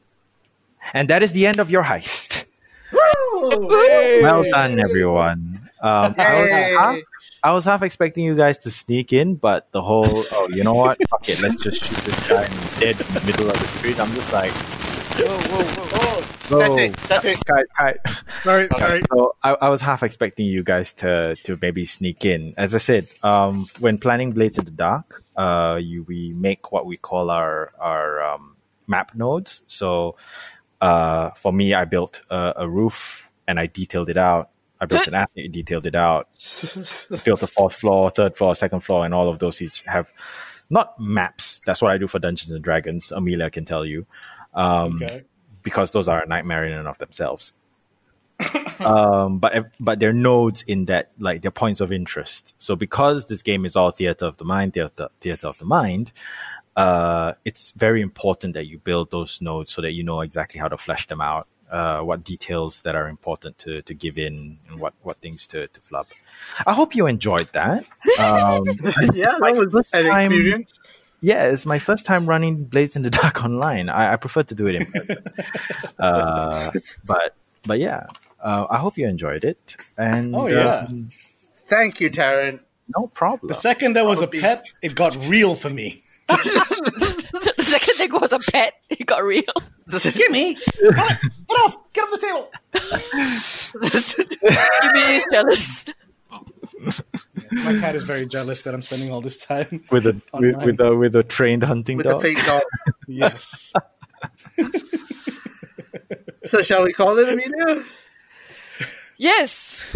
And that is the end of your heist. Well done, everyone. Um, I, was
Yay.
half, I was half expecting you guys to sneak in, but the whole, oh, you know what? Fuck it, let's just shoot this guy and dead in the middle of the street. I'm just like,
Oh. That's it. That's it.
Kai, Kai,
Sorry, sorry.
So I, I was half expecting you guys to to maybe sneak in. As I said, um, when planning Blades in the Dark, uh, you, we make what we call our our um, map nodes. So uh, for me, I built a, a roof and I detailed it out. I built an athlete, detailed it out. built the fourth floor, third floor, second floor, and all of those each have not maps. That's what I do for Dungeons and Dragons. Amelia can tell you
Okay.
because those are a nightmare in and of themselves. um, but but they're nodes in that like they're points of interest. So because this game is all theater of the mind, theater theater of the mind, uh, it's very important that you build those nodes so that you know exactly how to flesh them out, uh, what details that are important to to give in, and what what things to to flub. I hope you enjoyed that. Um,
Yeah, that was
first
an
time-
experience.
yeah, it's my first time running Blades in the Dark online. I, I prefer to do it in person. uh, but but yeah, uh, I hope you enjoyed it. And
Oh, yeah.
um,
Thank you, Taryn.
no problem.
The second there was a
I'll be-
pet, it got real for me.
The second thing was a pet. It got real.
Give me. Get off. Get off the table.
You mean he's jealous?
My cat is very jealous that I'm spending all this time.
with a with,
Online.
with a with a trained hunting
With the
dog.
fake dog.
Yes.
So shall we call it, Amelia?
Yes.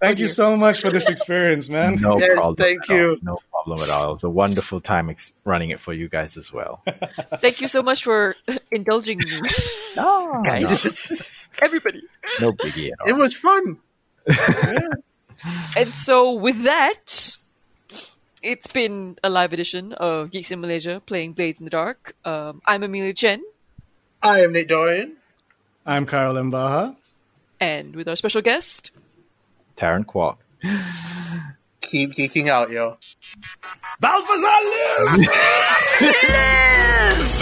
Thank you so much for this experience, man.
No
Yes,
problem.
thank
at all.
you.
No problem at all. It was a wonderful time ex- running it for you guys as well.
Thank you so much for indulging me,
No, no,
guys. Everybody.
no biggie at all.
It was fun.
And so with that, it's been a live edition of Geeks in Malaysia playing Blades in the Dark. Um, I'm Amelia Chen,
I am Nate Dorian.
I'm Carol Mbaha.
and with our special guest,
Taryn Kwok.
Keep geeking out, yo.
Balthazar lives!
Liz!